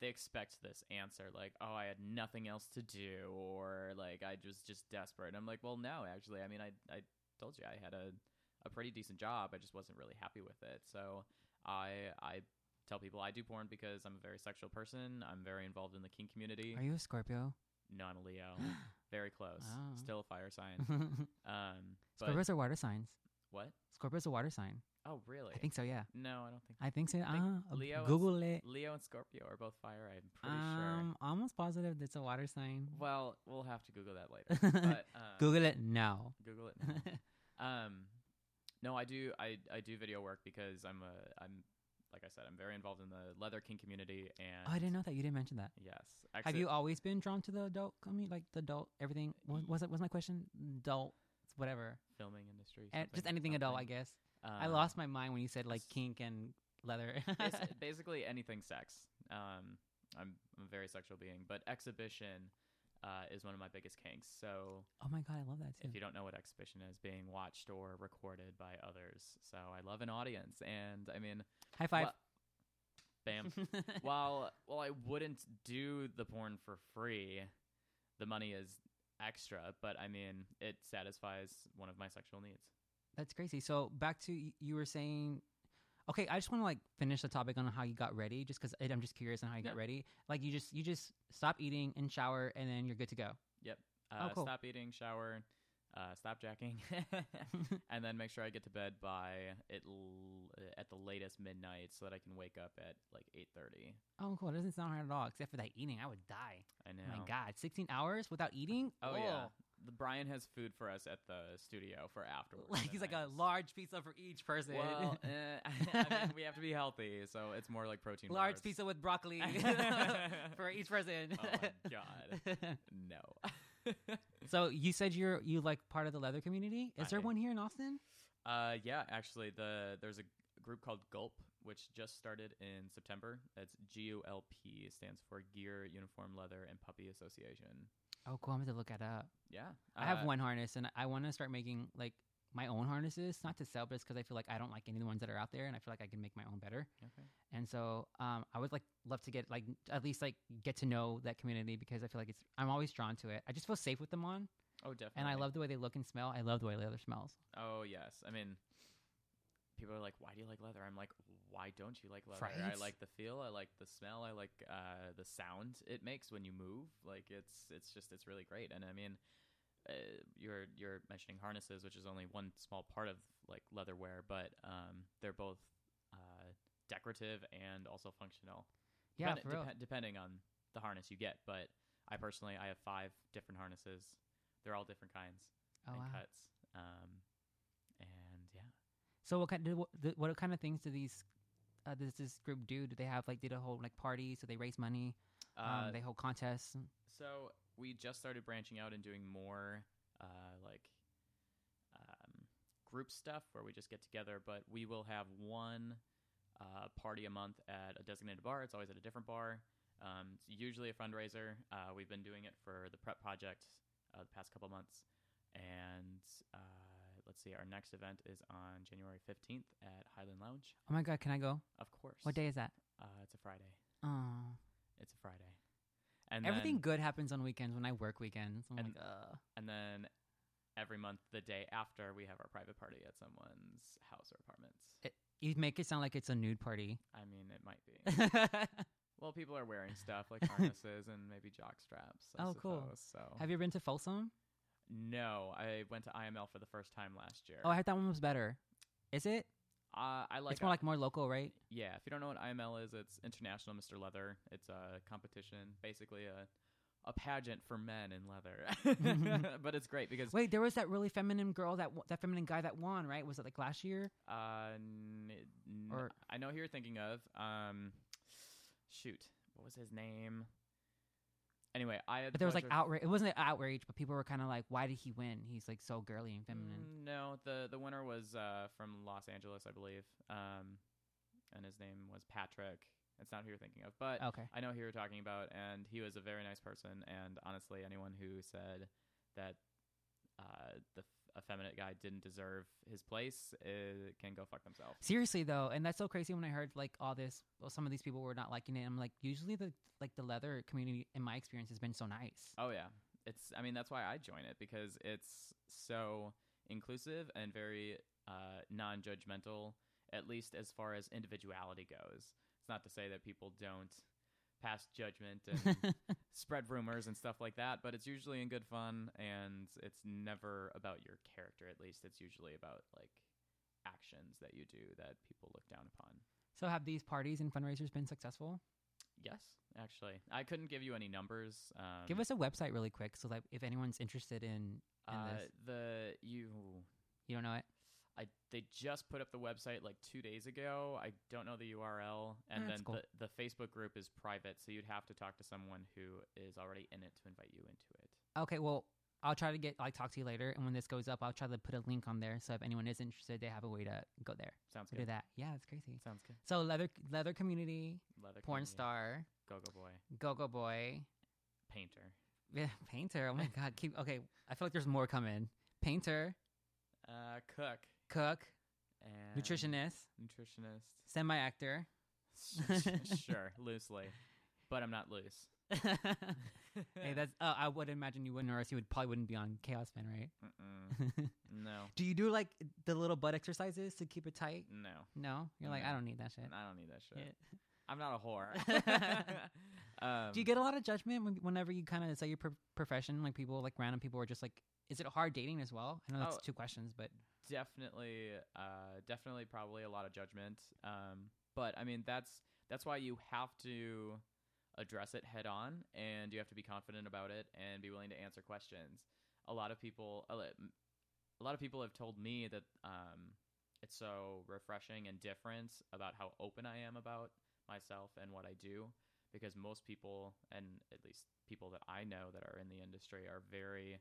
B: they expect this answer, like, oh, I had nothing else to do, or like I just just desperate. And I'm like, well, no, actually. I mean, I I told you I had a a pretty decent job. I just wasn't really happy with it. So I I tell people I do porn because I'm a very sexual person. I'm very involved in the king community.
A: Are you a Scorpio?
B: no, I'm a Leo. Very close.
A: Oh.
B: Still a fire sign. Um, but
A: Scorpios are water signs.
B: what?
A: Scorpio's a water sign.
B: Oh, really?
A: I think so. Yeah,
B: no, I don't think
A: I think so.
B: think
A: Uh,
B: Leo is-
A: Google it.
B: Leo and Scorpio are both fire. I'm pretty
A: Um, almost positive that's a water sign.
B: sure. Well, we'll have to Google that later. but, um,
A: Google it now. Oh,
B: Google it. Now. um, no, I do. I I do video work because I'm a I'm like I said I'm very involved in the leather king community and
A: oh, I didn't know that. You didn't mention that.
B: Yes.
A: Have
B: Exit-
A: you always been drawn to the adult community, like the adult everything? What was it? Was my question adult? Whatever,
B: filming industry?
A: and eh, just
B: something-
A: anything adult, I
B: something?
A: guess. I
B: Um,
A: lost my mind when you said like
B: s-
A: kink and leather.
B: Bas Um, basically anything sex. Um, I'm, I'm a very sexual being, but exhibition uh, is one of my biggest kinks. So
A: oh my god, I love that
B: if
A: too.
B: you don't know what exhibition is, being watched or recorded by others. So I love an audience, and I mean,
A: High five.
B: wha- bam. while while I wouldn't do the porn for free, the money is extra. But I mean, it satisfies one of my sexual needs.
A: That's crazy. So back to y- you were saying. Okay, I just want to like finish the topic on how you got ready, just because I'm just curious on how you got
B: Yeah.
A: ready. Like you just you just stop eating and shower, and then you're good to go.
B: Uh,
A: Oh, cool.
B: Stop eating, shower, uh, stop jacking, and then make sure I get to bed by it l- at the latest midnight so that I can wake up at like eight thirty.
A: oh, cool. It doesn't sound hard at all, except for that eating. I would die.
B: I know.
A: Oh my god, 16 hours without eating.
B: Oh yeah.
A: Whoa.
B: The Brian has food for us at the studio for afterwards.
A: like
B: and
A: he's like
B: I
A: a
B: just-
A: large pizza for each person.
B: Well, eh, I mean, we have to be healthy, so it's more like protein.
A: large
B: bars.
A: pizza with broccoli for each person.
B: Oh my god. No.
A: so you said you're you like part of the leather community. Is
B: I
A: there
B: am.
A: one here in Austin?
B: Uh, yeah, actually, the there's a group called Gulp, which just started in September. That's G U L P stands for Gear, Uniform, Leather, and Puppy Association.
A: Oh, cool. I'm gonna look it up.
B: Yeah,
A: I have
B: uh,
A: one harness, and I want to start making like my own harnesses, not to sell, but because I feel like I don't like any of the ones that are out there, and I feel like I can make my own better.
B: Okay.
A: And so um, I would like love to get like at least like get to know that community because I feel like it's I'm always drawn to it. I just feel safe with them on,
B: Oh, definitely.
A: and I love the way they look and smell. I love the way leather smells.
B: Oh yes, I mean, people are like, "Why do you like leather?" I'm like, "Why don't you like leather? I
A: Right?
B: like the feel. I like the smell. I like uh, the sound it makes when you move. Like it's it's just it's really great. And I mean, uh, you're you're mentioning harnesses, which is only one small part of like leatherware, but um, they're both uh, decorative and also functional.
A: Yeah,
B: Dependi-
A: for real.
B: depe- depending on the harness you get, but I personally I have five different harnesses. They're all different kinds
A: Oh,
B: and
A: wow.
B: cuts. Um, and yeah,
A: So what kind do, th- what kind of things do these uh, does this group do? Do they have like did a whole like party? So they raise money.
B: uh,
A: um, they hold contests. and-
B: so we just started branching out and doing more uh, like um, group stuff where we just get together, but we will have one uh, party a month at a designated bar. It's always at a different bar. Um, it's usually a fundraiser. Uh, we've been doing it for the prep project uh, the past couple months, and uh, let's see, our next event is on January fifteenth at Highland Lounge.
A: Oh my god, can I go?
B: Of course.
A: What day is that?
B: Uh, it's a Friday.
A: Oh,
B: It's a Friday. And
A: everything
B: Then,
A: good happens on weekends when I work weekends. I'm
B: And-
A: like, uh,
B: and then every month, the day after, we have our private party at someone's house or apartments.
A: you make it sound like it's a nude party.
B: I mean, it might be.
A: Have
B: well, people are wearing stuff like harnesses and maybe jock straps. I
A: Oh, cool.
B: suppose, So
A: you been to Folsom?
B: no, I went to IML for the first time last year.
A: Oh, I heard that one was better. Is it?
B: Uh, I like
A: it's more like more local, right?
B: Yeah, if you don't know what IML is, it's International Mr. Leather. It's a competition, basically a a pageant for men in leather. but it's great because
A: Wait, there was that really feminine girl that w- that feminine guy that won, right? Was it like last year?
B: uh, n- n-
A: Or-
B: I know who you're thinking of. Um, shoot, what was his name? Anyway, I had the
A: But there was like
B: pleasure-
A: outrage. It wasn't an outrage, but people were kind of like, "Why did he win? He's like so girly and feminine."
B: Mm, No, the the winner was uh, from Los Angeles, I believe. Um, and his name was Patrick. It's not who you're thinking of, but
A: Okay.
B: I know who you're talking about, and he was a very nice person. And honestly, anyone who said that uh, the f- effeminate guy didn't deserve his place uh, can go fuck themselves.
A: Seriously though, and that's so crazy when I heard like all this. Well, some of these people were not liking it. I'm like, usually the like the leather community in my experience has been so nice.
B: Oh yeah, it's. I mean, that's why I join it because it's so inclusive and very uh, non-judgmental, at least as far as individuality goes. It's not to say that people don't pass judgment and spread rumors and stuff like that, but it's usually in good fun and it's never about your character. At least it's usually about like actions that you do that people look down upon.
A: so have these parties and fundraisers been successful?
B: Yes, actually, I couldn't give you any numbers. Um,
A: Give us a website really quick, so that if anyone's interested in, in
B: uh,
A: this,
B: the you.
A: you don't know it.
B: I they just put up the website like two days ago. I don't know the URL, and
A: Mm, that's
B: then
A: cool.
B: the, the Facebook group is private, so you'd have to talk to someone who is already in it to invite you into it.
A: Okay, well, I'll try to get like talk to you later, and when this goes up, I'll try to put a link on there. So if anyone is interested, they have a way to go there.
B: Sounds
A: to
B: good.
A: do that. Yeah, that's crazy.
B: Sounds good.
A: So leather leather community,
B: Leather
A: porn
B: comedian,
A: star,
B: go-go boy,
A: go go boy,
B: painter.
A: yeah, painter. Oh my god, keep okay. I feel like there's more coming. Painter,
B: Uh, cook
A: cook,
B: and
A: nutritionist,
B: Nutritionist.
A: semi actor.
B: sure, loosely, but I'm not loose.
A: hey, that's. Uh, I would imagine you wouldn't, or else you would probably wouldn't be on Chaos Fan, right?
B: Mm-mm. No,
A: do you do like the little butt exercises to keep it tight?
B: no,
A: No, you're like, I
B: No.
A: don't need that shit.
B: I don't need that shit.
A: Yeah.
B: I'm not a whore. um,
A: Do you get a lot of judgment when, whenever you kind of say your pro- profession? Like people, like random people, are just like, "Is it hard dating as well?" I know that's
B: Oh.
A: two questions, but
B: definitely uh definitely probably a lot of judgment um but i mean that's that's why you have to address it head on and you have to be confident about it and be willing to answer questions a lot of people a li- m- a lot of people have told me that um it's so refreshing and different about how open i am about myself and what i do because most people and at least people that i know that are in the industry are very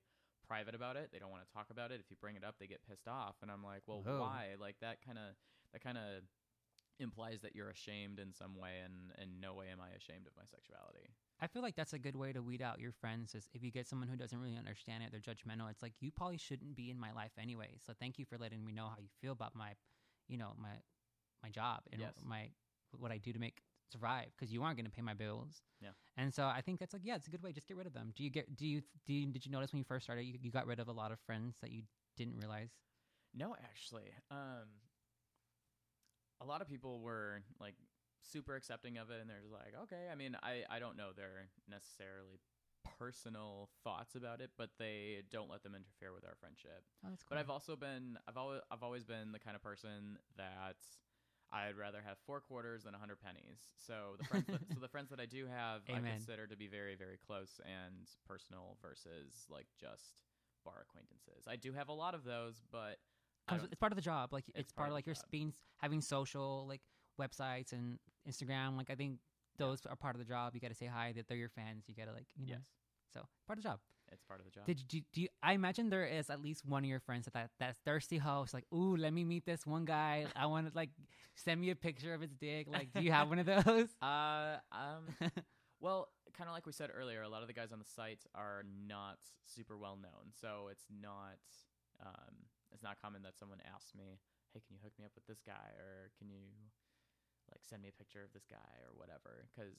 B: private about it. They don't want to talk about it. If you bring it up, they get pissed off. And I'm like, well,
A: Whoa.
B: why? Like that kind of that kind of implies that you're ashamed in some way, and in no way am I ashamed of my sexuality.
A: I feel like that's a good way to weed out your friends. Is if you get someone who doesn't really understand it, they're judgmental. It's like you probably shouldn't be in my life anyway. So thank you for letting me know how you feel about my, you know, my my job and
B: Yes.
A: my what I do to make survive because you aren't going to pay my bills.
B: Yeah.
A: And so I think that's like yeah, it's a good way. Just get rid of them. Do you get do you, do you did you notice when you first started you, you got rid of a lot of friends that you didn't realize?
B: No, actually, um, a lot of people were like super accepting of it, and they're just like, okay. I mean, I I don't know their necessarily personal thoughts about it, but they don't let them interfere with our friendship.
A: Oh, that's cool.
B: But I've also been I've always I've always been the kind of person that I'd rather have four quarters than a hundred pennies. So the friends that, so the friends that I do have, I
A: Amen.
B: consider to be very very close and personal versus like just bar acquaintances. I do have a lot of those, but I
A: comes
B: don't-
A: with- it's part of the job. Like it's, part, of
B: the
A: like your
B: job.
A: being s- having social like websites and Instagram. Like I think those are part of the job. You got to say hi. That they're your fans. You got to like you know.
B: yes,
A: So part of the job.
B: it's part of the job.
A: Did you, do, do you? I imagine there is at least one of your friends that, that that's thirsty hoe. It's like, ooh, let me meet this one guy. I want to like send me a picture of his dick. Like, do you have one of those?
B: uh um Well, kind of like we said earlier, a lot of the guys on the site are not super well known, so it's not um, it's not common that someone asks me, "Hey, can you hook me up with this guy?" or "Can you like send me a picture of this guy?" or whatever, because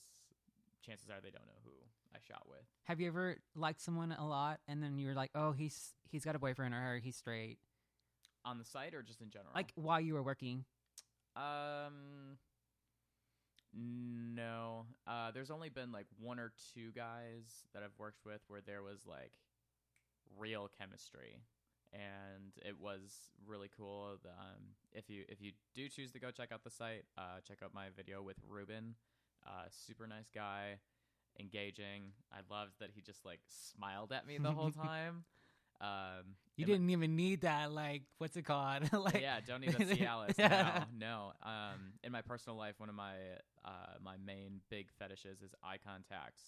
B: chances are they don't know who I shot with.
A: have you ever liked someone a lot and then you're like, oh, he's he's got a boyfriend or he's straight?
B: On the site or just in general?
A: Like while you were working,
B: um, no. Uh, there's only been like one or two guys that I've worked with where there was like real chemistry, and it was really cool. The, Um, if you if you do choose to go check out the site, uh, check out my video with Ruben. Uh, super nice guy, engaging. I loved that he just like smiled at me the whole time. Um,
A: You
B: and, like,
A: didn't even need that. Like, w's it called? like,
B: yeah, don't need that Cialis.
A: Yeah.
B: No, no. Um, in my personal life, one of my uh, my main big fetishes is eye contacts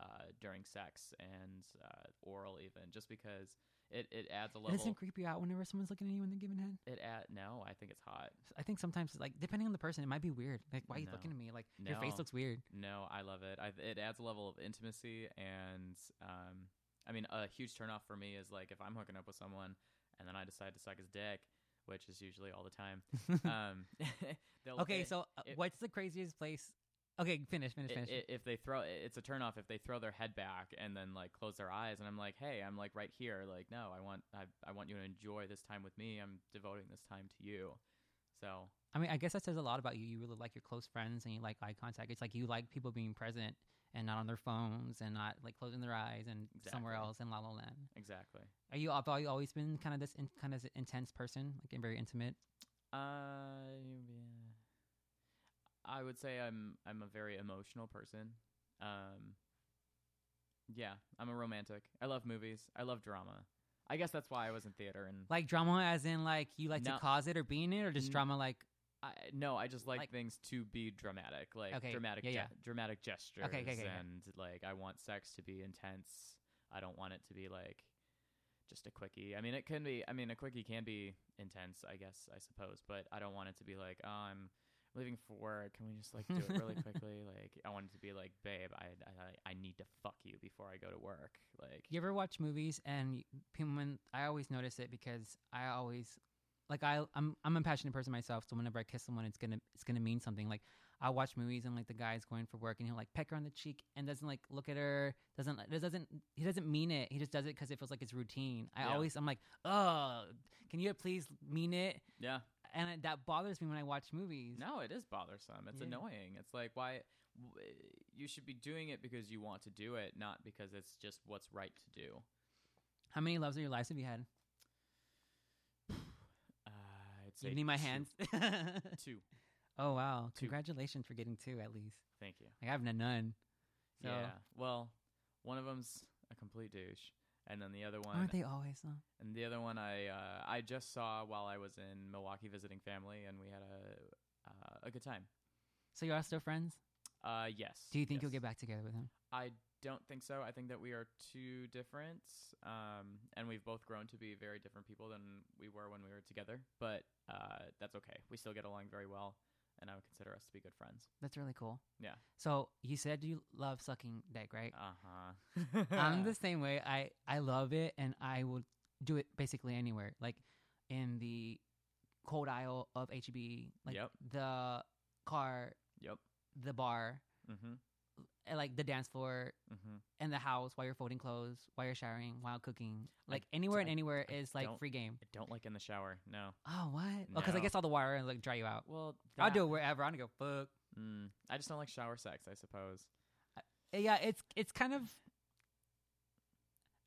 B: uh, during sex and uh, oral, even just because it, it adds a
A: It doesn't
B: level.
A: it creep you out whenever someone's looking at you in the giving head.
B: It add no, I think it's hot.
A: I think sometimes, like, depending on the person, it might be weird. Like, why are you looking
B: No.
A: at me? Like, your face
B: No.
A: looks weird.
B: No, I love it. I, it adds a level of intimacy, and um, I mean, a huge turnoff for me is like if I'm hooking up with someone and then I decide to suck his dick, which is usually all the time. Um, they'll-
A: okay,
B: it-
A: so uh,
B: it-
A: what's the craziest place? Okay, finish, finish,
B: i-
A: finish.
B: i- if they throw i- it's a turnoff if they throw their head back and then like close their eyes and i'm like hey i'm like right here like no i want i, I want you to enjoy this time with me i'm devoting this time to you so
A: I mean, I guess that says a lot about you. You really like your close friends and you like eye contact. It's like you like people being present and not on their phones and not like closing their eyes and somewhere
B: Exactly.
A: else in La La Land.
B: exactly
A: Are you, have you always been kind of this in, kind of this intense person, like and very intimate?
B: uh yeah. i would say i'm i'm a very emotional person um yeah i'm a romantic i love movies i love drama i guess that's why i was in theater and
A: Like drama, as in like you like
B: No.
A: to cause it or be in it, or just
B: N-
A: drama like
B: I, no, I just like,
A: Like-
B: things to be dramatic, like
A: Okay,
B: dramatic,
A: yeah,
B: ge-
A: yeah.
B: dramatic gestures,
A: okay, okay, yeah.
B: and like I want sex to be intense. I don't want it to be like just a quickie. I mean, it can be. I mean, a quickie can be intense, I guess, I suppose, but I don't want it to be like, oh, I'm leaving for work. Can we just like do it really quickly? Like, I want it to be like, babe, I, I I need to fuck you before I go to work. Like,
A: You ever watch movies and y- people? When I always notice it because I always like I I'm I'm a passionate person myself. So whenever I kiss someone, it's gonna it's gonna mean something. Like I watch movies and like the guy's going for work and he'll like peck her on the cheek and doesn't like look at her. Doesn't it doesn't he doesn't mean it. He just does it because it feels like it's routine. I
B: Yeah.
A: always I'm like, oh, can you please mean it?
B: yeah,
A: And it, that bothers me when I watch movies.
B: No, it is bothersome. It's
A: Yeah.
B: annoying. It's like why w- you should be doing it because you want to do it, not because it's just what's right to do.
A: How many loves of your lives have you had?
B: Uh, I'd say
A: You need my
B: two-
A: hands.
B: Two.
A: oh wow!
B: Two.
A: Congratulations for getting two at least.
B: Thank you.
A: Like I've done none. So
B: Yeah. Well, one of them's a complete douche, and then the other one,
A: aren't they always though?
B: and the other one, I uh, I just saw while I was in Milwaukee visiting family, and we had a uh, a good time.
A: So you are still friends?
B: Uh, yes.
A: Do you think you'll get
B: yes.
A: back together with him?
B: I don't think so. I think that we are too different, um, and we've both grown to be very different people than we were when we were together. But uh, that's okay. We still get along very well, and I would consider us to be good friends.
A: That's really cool.
B: Yeah.
A: So you said you love sucking dick, right?
B: Uh huh.
A: I'm the same way. I I love it, and I will do it basically anywhere. Like in the cold aisle of HEB, like
B: Yep.
A: the car,
B: Yep.
A: the bar,
B: Mm-hmm.
A: and, like the dance floor,
B: Mm-hmm.
A: and the house while you're folding clothes, while you're showering, while cooking.
B: I
A: Like anywhere and
B: don't-
A: anywhere
B: I
A: is like
B: don't-
A: free game.
B: I don't like in the shower. No.
A: Oh what? Because I
B: No.
A: guess all the water like dry you out.
B: Well,
A: I'll do it wherever. I don't go fuck.
B: Mm, I just don't like shower sex. I suppose.
A: yeah it's it's kind of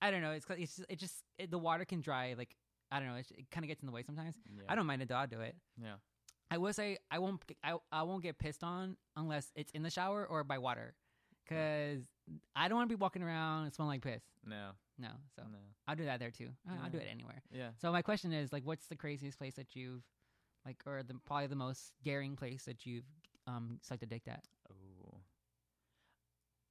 A: i don't know it's c- it's just, it just it, the water can dry like i don't know it's, it kind of gets in the way sometimes
B: Yeah.
A: i don't mind it though i'll do it
B: Yeah.
A: i will say i won't g- I, I won't get pissed on unless it's in the shower or by water because i don't want to be walking around and smelling like piss
B: No.
A: no so
B: No.
A: i'll do that there too I- i'll do
B: Yeah.
A: it anywhere
B: Yeah.
A: so my question is like what's the craziest place that you've like or the probably the most daring place that you've um sucked a dick at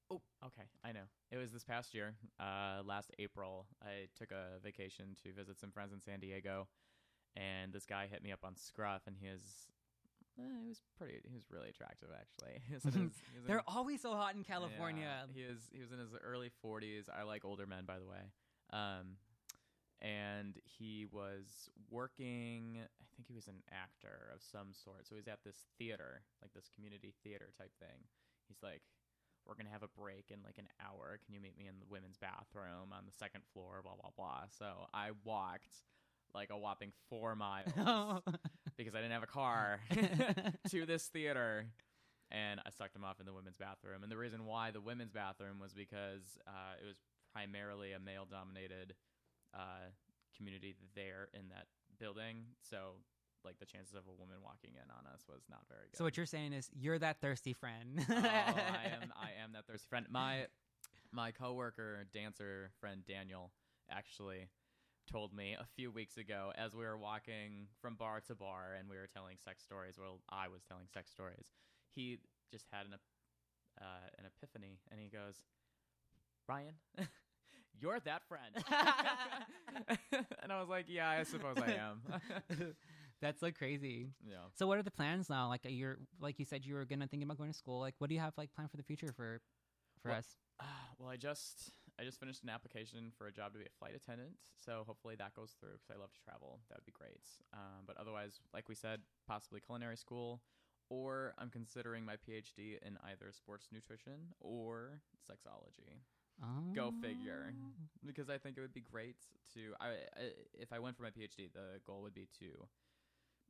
B: Oh. Oh, okay. I know. It was this past year, uh, last April. I took a vacation to visit some friends in San Diego, and this guy hit me up on Scruff, and he was, eh, he was pretty, he was really attractive, actually. He was in his- he was in
A: they're
B: his-
A: always so hot in california
B: yeah, he is. He was in his early 40s. I like older men, by the way. Um, and he was working. I think he was an actor of some sort. So he's at this theater, like this community theater type thing. He's like, "We're gonna have a break in like an hour. Can you meet me in the women's bathroom on the second floor?" Blah blah blah. So I walked like a whopping four miles because I didn't have a car to this theater. And I sucked him off in the women's bathroom. And the reason why the women's bathroom was because uh, it was primarily a male dominated uh, community there in that building. So like the chances of a woman walking in on us was not very good.
A: So what you're saying is you're that thirsty friend.
B: oh, I am I am that thirsty friend. My my coworker dancer friend Daniel actually told me a few weeks ago as we were walking from bar to bar and we were telling sex stories. Well, I was telling sex stories. He just had an ep- uh, an epiphany and he goes, "Ryan, you're that friend." and I was like, "Yeah, I suppose I am."
A: That's so crazy.
B: yeah.
A: So what are the plans now? Like uh, you're like you said you were gonna think about going to school. Like what do you have like planned for the future for for
B: Well,
A: us?
B: Uh, well, I just I just finished an application for a job to be a flight attendant, so hopefully that goes through because I love to travel. That would be great. Um, but otherwise, like we said, possibly culinary school, or I'm considering my PhD in either sports nutrition or sexology Go figure.
A: Oh.
B: because I think it would be great to I, I if I went for my PhD, the goal would be to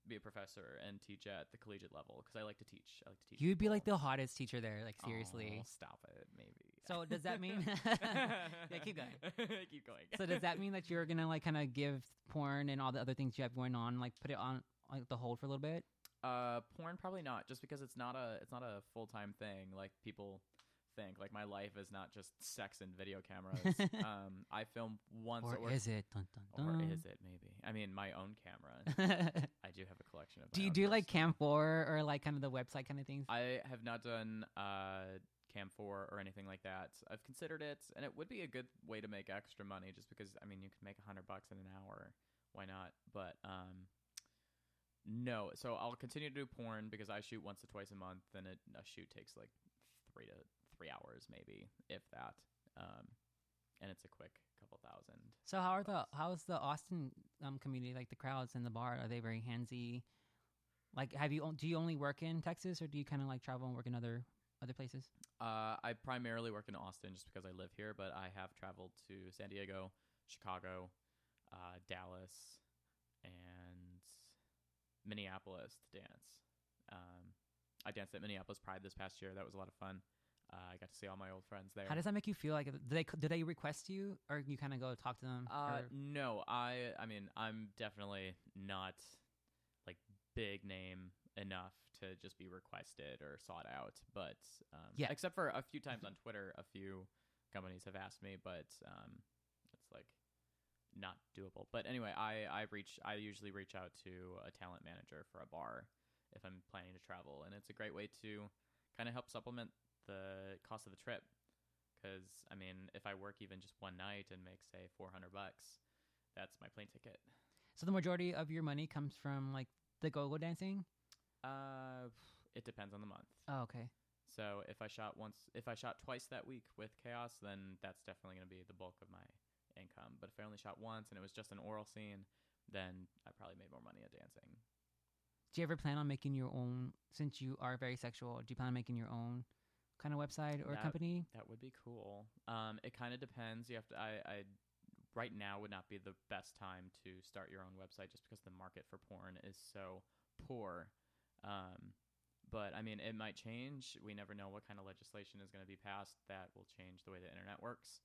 B: be a professor and teach at the collegiate level because I like to teach. I like to teach.
A: You would be like
B: people.
A: the hottest teacher there, like seriously.
B: Aw, stop it, maybe.
A: So does that mean- Yeah, keep going.
B: keep going.
A: so does that mean that you're gonna like kind of give porn and all the other things you have going on, like put it on like the hold for a little bit?
B: Uh, porn probably not, just because it's not a it's not a full time thing like people think. Like my life is not just sex and video cameras. um, I film once
A: Or, is it? Dun, dun,
B: or
A: dun.
B: is it maybe? I mean, my own camera. I do have a collection of. my
A: do you
B: own
A: do like
B: first-
A: Cam Four or like kind of the website kind of things?
B: I have not done uh cam four or anything like that. I've considered it, and it would be a good way to make extra money, just because I mean you can make a hundred bucks in an hour. Why not? But um. No, so I'll continue to do porn because I shoot once or twice a month, and it, a shoot takes like three to three hours, maybe if that. Um, and it's a quick couple thousand.
A: so how are the how's the Austin um, community like the crowds in the bar? Are they very handsy? Like, have you on- do you only work in Texas or do you kind of like travel and work in other other places?
B: Uh, I primarily work in Austin just because I live here, but I have traveled to San Diego, Chicago, uh, Dallas, and Minneapolis to dance. Um, I danced at Minneapolis Pride this past year. That was a lot of fun. Uh, I got to see all my old friends there.
A: How does that make you feel? Like, do they do they request you or you kind of go talk to them?
B: Uh,
A: or-
B: no, I I mean I'm definitely not like big name enough to just be requested or sought out, but um,
A: Yeah. Mm-hmm.
B: except for a few times on Twitter, a few companies have asked me, but um, it's like not doable. But anyway, I I reach I usually reach out to a talent manager for a bar if I'm planning to travel, and it's a great way to kind of help supplement the cost of the trip because I mean, if I work even just one night and make say 400 bucks, that's my plane ticket.
A: so the majority of your money comes from like the go-go dancing.
B: Uh, it depends on the month.
A: Oh, okay.
B: So if I shot once, if I shot twice that week with Chaos, then that's definitely going to be the bulk of my income. But if I only shot once and it was just an oral scene, then I probably made more money at dancing.
A: Do you ever plan on making your own? Since you are very sexual, do you plan on making your own kind of website or
B: That-
A: company?
B: That would be cool. Um, it kind of depends. You have to. I, I right now would not be the best time to start your own website just because the market for porn is so poor. Um, but I mean, it might change. We never know what kind of legislation is going to be passed that will change the way the internet works.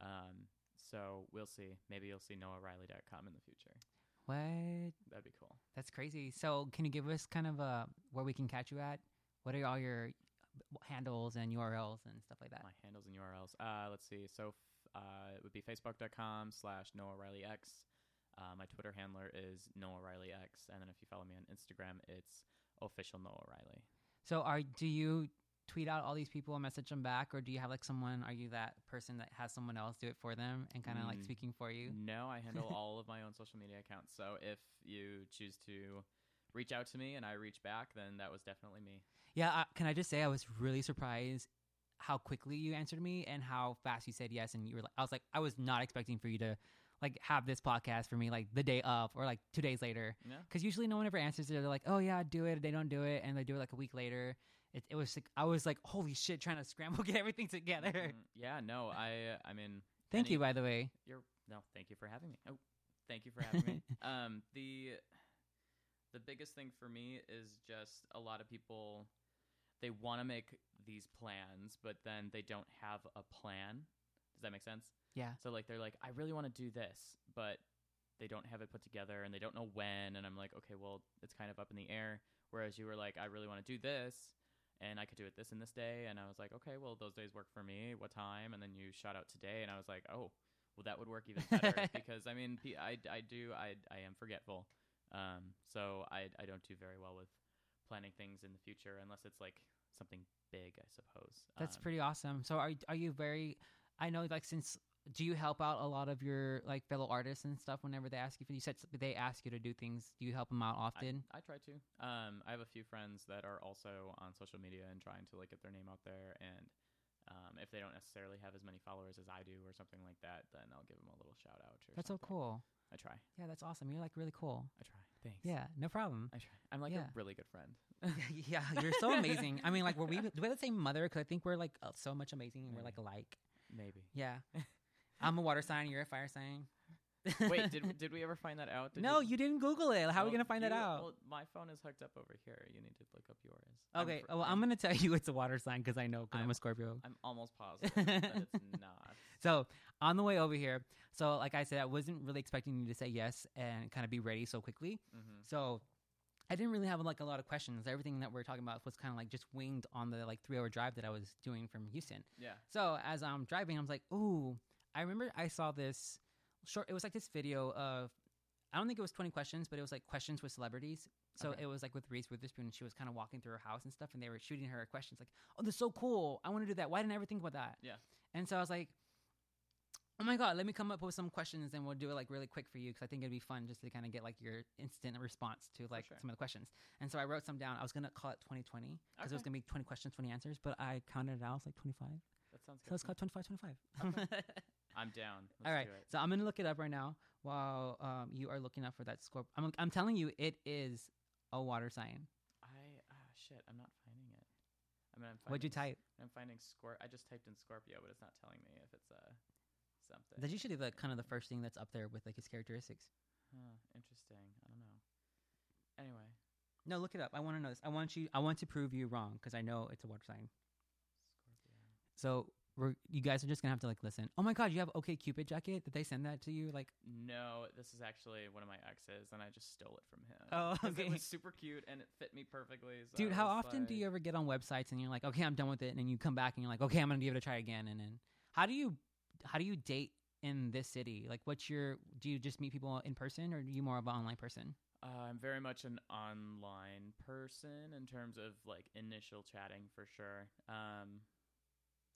B: Um, so we'll see. Maybe you'll see NoahRiley.com in the future.
A: What?
B: That'd be cool.
A: That's crazy. So can you give us kind of a where we can catch you at? What are all your handles and URLs and stuff like that?
B: Uh, My handles and URLs. Uh, let's see. So f- uh, it would be facebook.com slash Noah Riley X. Uh, my Twitter handler is Noah Riley X. And then if you follow me on Instagram, it's official Noah Riley.
A: So are do you tweet out all these people and message them back, or do you have like someone? Are you that person that has someone else do it for them and kind of like
B: Mm.
A: speaking for you?
B: No, I handle all of my own social media accounts. So if you choose to reach out to me and I reach back, then that was definitely me.
A: Yeah. I, can I just say I was really surprised how quickly you answered me and how fast you said yes. And you were like, I was like, I was not expecting for you to like have this podcast for me like the day of or like two days later.
B: Yeah.
A: Because usually no one ever answers it. They're like, oh yeah, do it. They don't do it, and they do it like a week later. It, it was like I was like, holy shit, trying to scramble get everything together.
B: Mhm. Yeah, no, I, I mean,
A: Thank
B: Any-
A: you, by the way.
B: You're no, thank you for having me. Oh, thank you for having me. Um, the the biggest thing for me is just a lot of people they want to make these plans, but then they don't have a plan. Does that make sense?
A: Yeah.
B: So like they're like, I really want to do this, but they don't have it put together and they don't know when and i'm like okay well it's kind of up in the air whereas you were like i really want to do this and i could do it this and this day and i was like okay well those days work for me what time and then you shot out today and i was like oh well that would work even better because i mean p- I, I do I, I am forgetful um, so I, I don't do very well with planning things in the future unless it's like something big i suppose
A: That's
B: Um,
A: pretty awesome. So are are you very? I know, like, since do you help out a lot of your like fellow artists and stuff whenever they ask you? For, you said s- they ask you to do things. Do you help them out often?
B: I try to. Um, I have a few friends that are also on social media and trying to like get their name out there. And um, if they don't necessarily have as many followers as I do or something like that, then I'll give them a little shout out. Or
A: That's so
B: something.
A: cool.
B: I try.
A: Yeah, that's awesome. You're like really cool.
B: I try. Thanks.
A: Yeah, no problem.
B: I try. I'm like
A: Yeah.
B: a really good friend.
A: yeah, you're so amazing. I mean, like, were we do we have the same mother? Because I think we're like uh, so much amazing and we're like alike.
B: Maybe.
A: Yeah, I'm a water sign. You're a fire sign.
B: Wait, did did we ever find that out? Did
A: no, you didn't Google it. How are we
B: Well,
A: gonna find that
B: you-
A: out?
B: Well, my phone is hooked up over here. You need to look up yours.
A: okay.
B: fr-
A: well, I'm gonna tell you it's a water sign because I know 'cause I'm
B: I'm-
A: a Scorpio.
B: I'm almost positive that it's not.
A: So on the way over here, so like I said, I wasn't really expecting you to say yes and kind of be ready so quickly.
B: Mm-hmm.
A: So I didn't really have like a lot of questions. Everything that we are talking about was kind of like just winged on the like three hour drive that I was doing from Houston.
B: Yeah.
A: So as I'm driving, I was like, "Ooh!" I remember I saw this short. It was like this video of, I don't think it was 20 questions, but it was like questions with celebrities. So
B: Okay.
A: it was like with Reese Witherspoon, and she was kind of walking through her house and stuff, and they were shooting her questions like, "Oh, this is so cool! I want to do that. Why didn't I ever think about that?"
B: Yeah.
A: And so I was like, "Oh my god, let me come up with some questions, and we'll do it like really quick for you because I think it'd be fun just to kind of get like your instant response to like
B: sure.
A: some of the questions." And so I wrote some down. I was gonna call it 2020 because it was
B: Okay.
A: gonna be 20 questions, 20 answers, but I counted it out. It's like 25.
B: That sounds
A: So
B: good.
A: it's called 2525.
B: I'm down. Let's
A: All right.
B: do it.
A: So I'm going to look it up right now while um, you are looking up for that scorp. I'm, I'm telling you, it is a water sign.
B: I ah shit, I'm not finding it. I mean, I'm finding
A: What'd you type?
B: I'm finding Scorp. I just typed in Scorpio, but it's not telling me if it's uh something.
A: That's usually the kind of the first thing that's up there with like his characteristics.
B: Huh, interesting. I don't know. Anyway,
A: No, look it up. I want to know this. I want you. I want to prove you wrong because I know it's a water sign.
B: Scorpio.
A: So we're, you guys are just gonna have to like listen. Oh my god, you have OK Cupid jacket? Did they send that to you? Like,
B: No, this is actually one of my exes, and I just stole it from him.
A: Oh,
B: 'Cause
A: okay.
B: It was super cute, and it fit me perfectly. So
A: dude,
B: I
A: how
B: was
A: often do
B: like-
A: you ever get on websites and you're like, okay, I'm done with it, and then you come back and you're like, okay, I'm gonna give it a try again, and then how do you how do you date in this city? Like, what's your do you just meet people in person or are you more of an online person?
B: Uh, I'm very much an online person in terms of like initial chatting for sure. Um,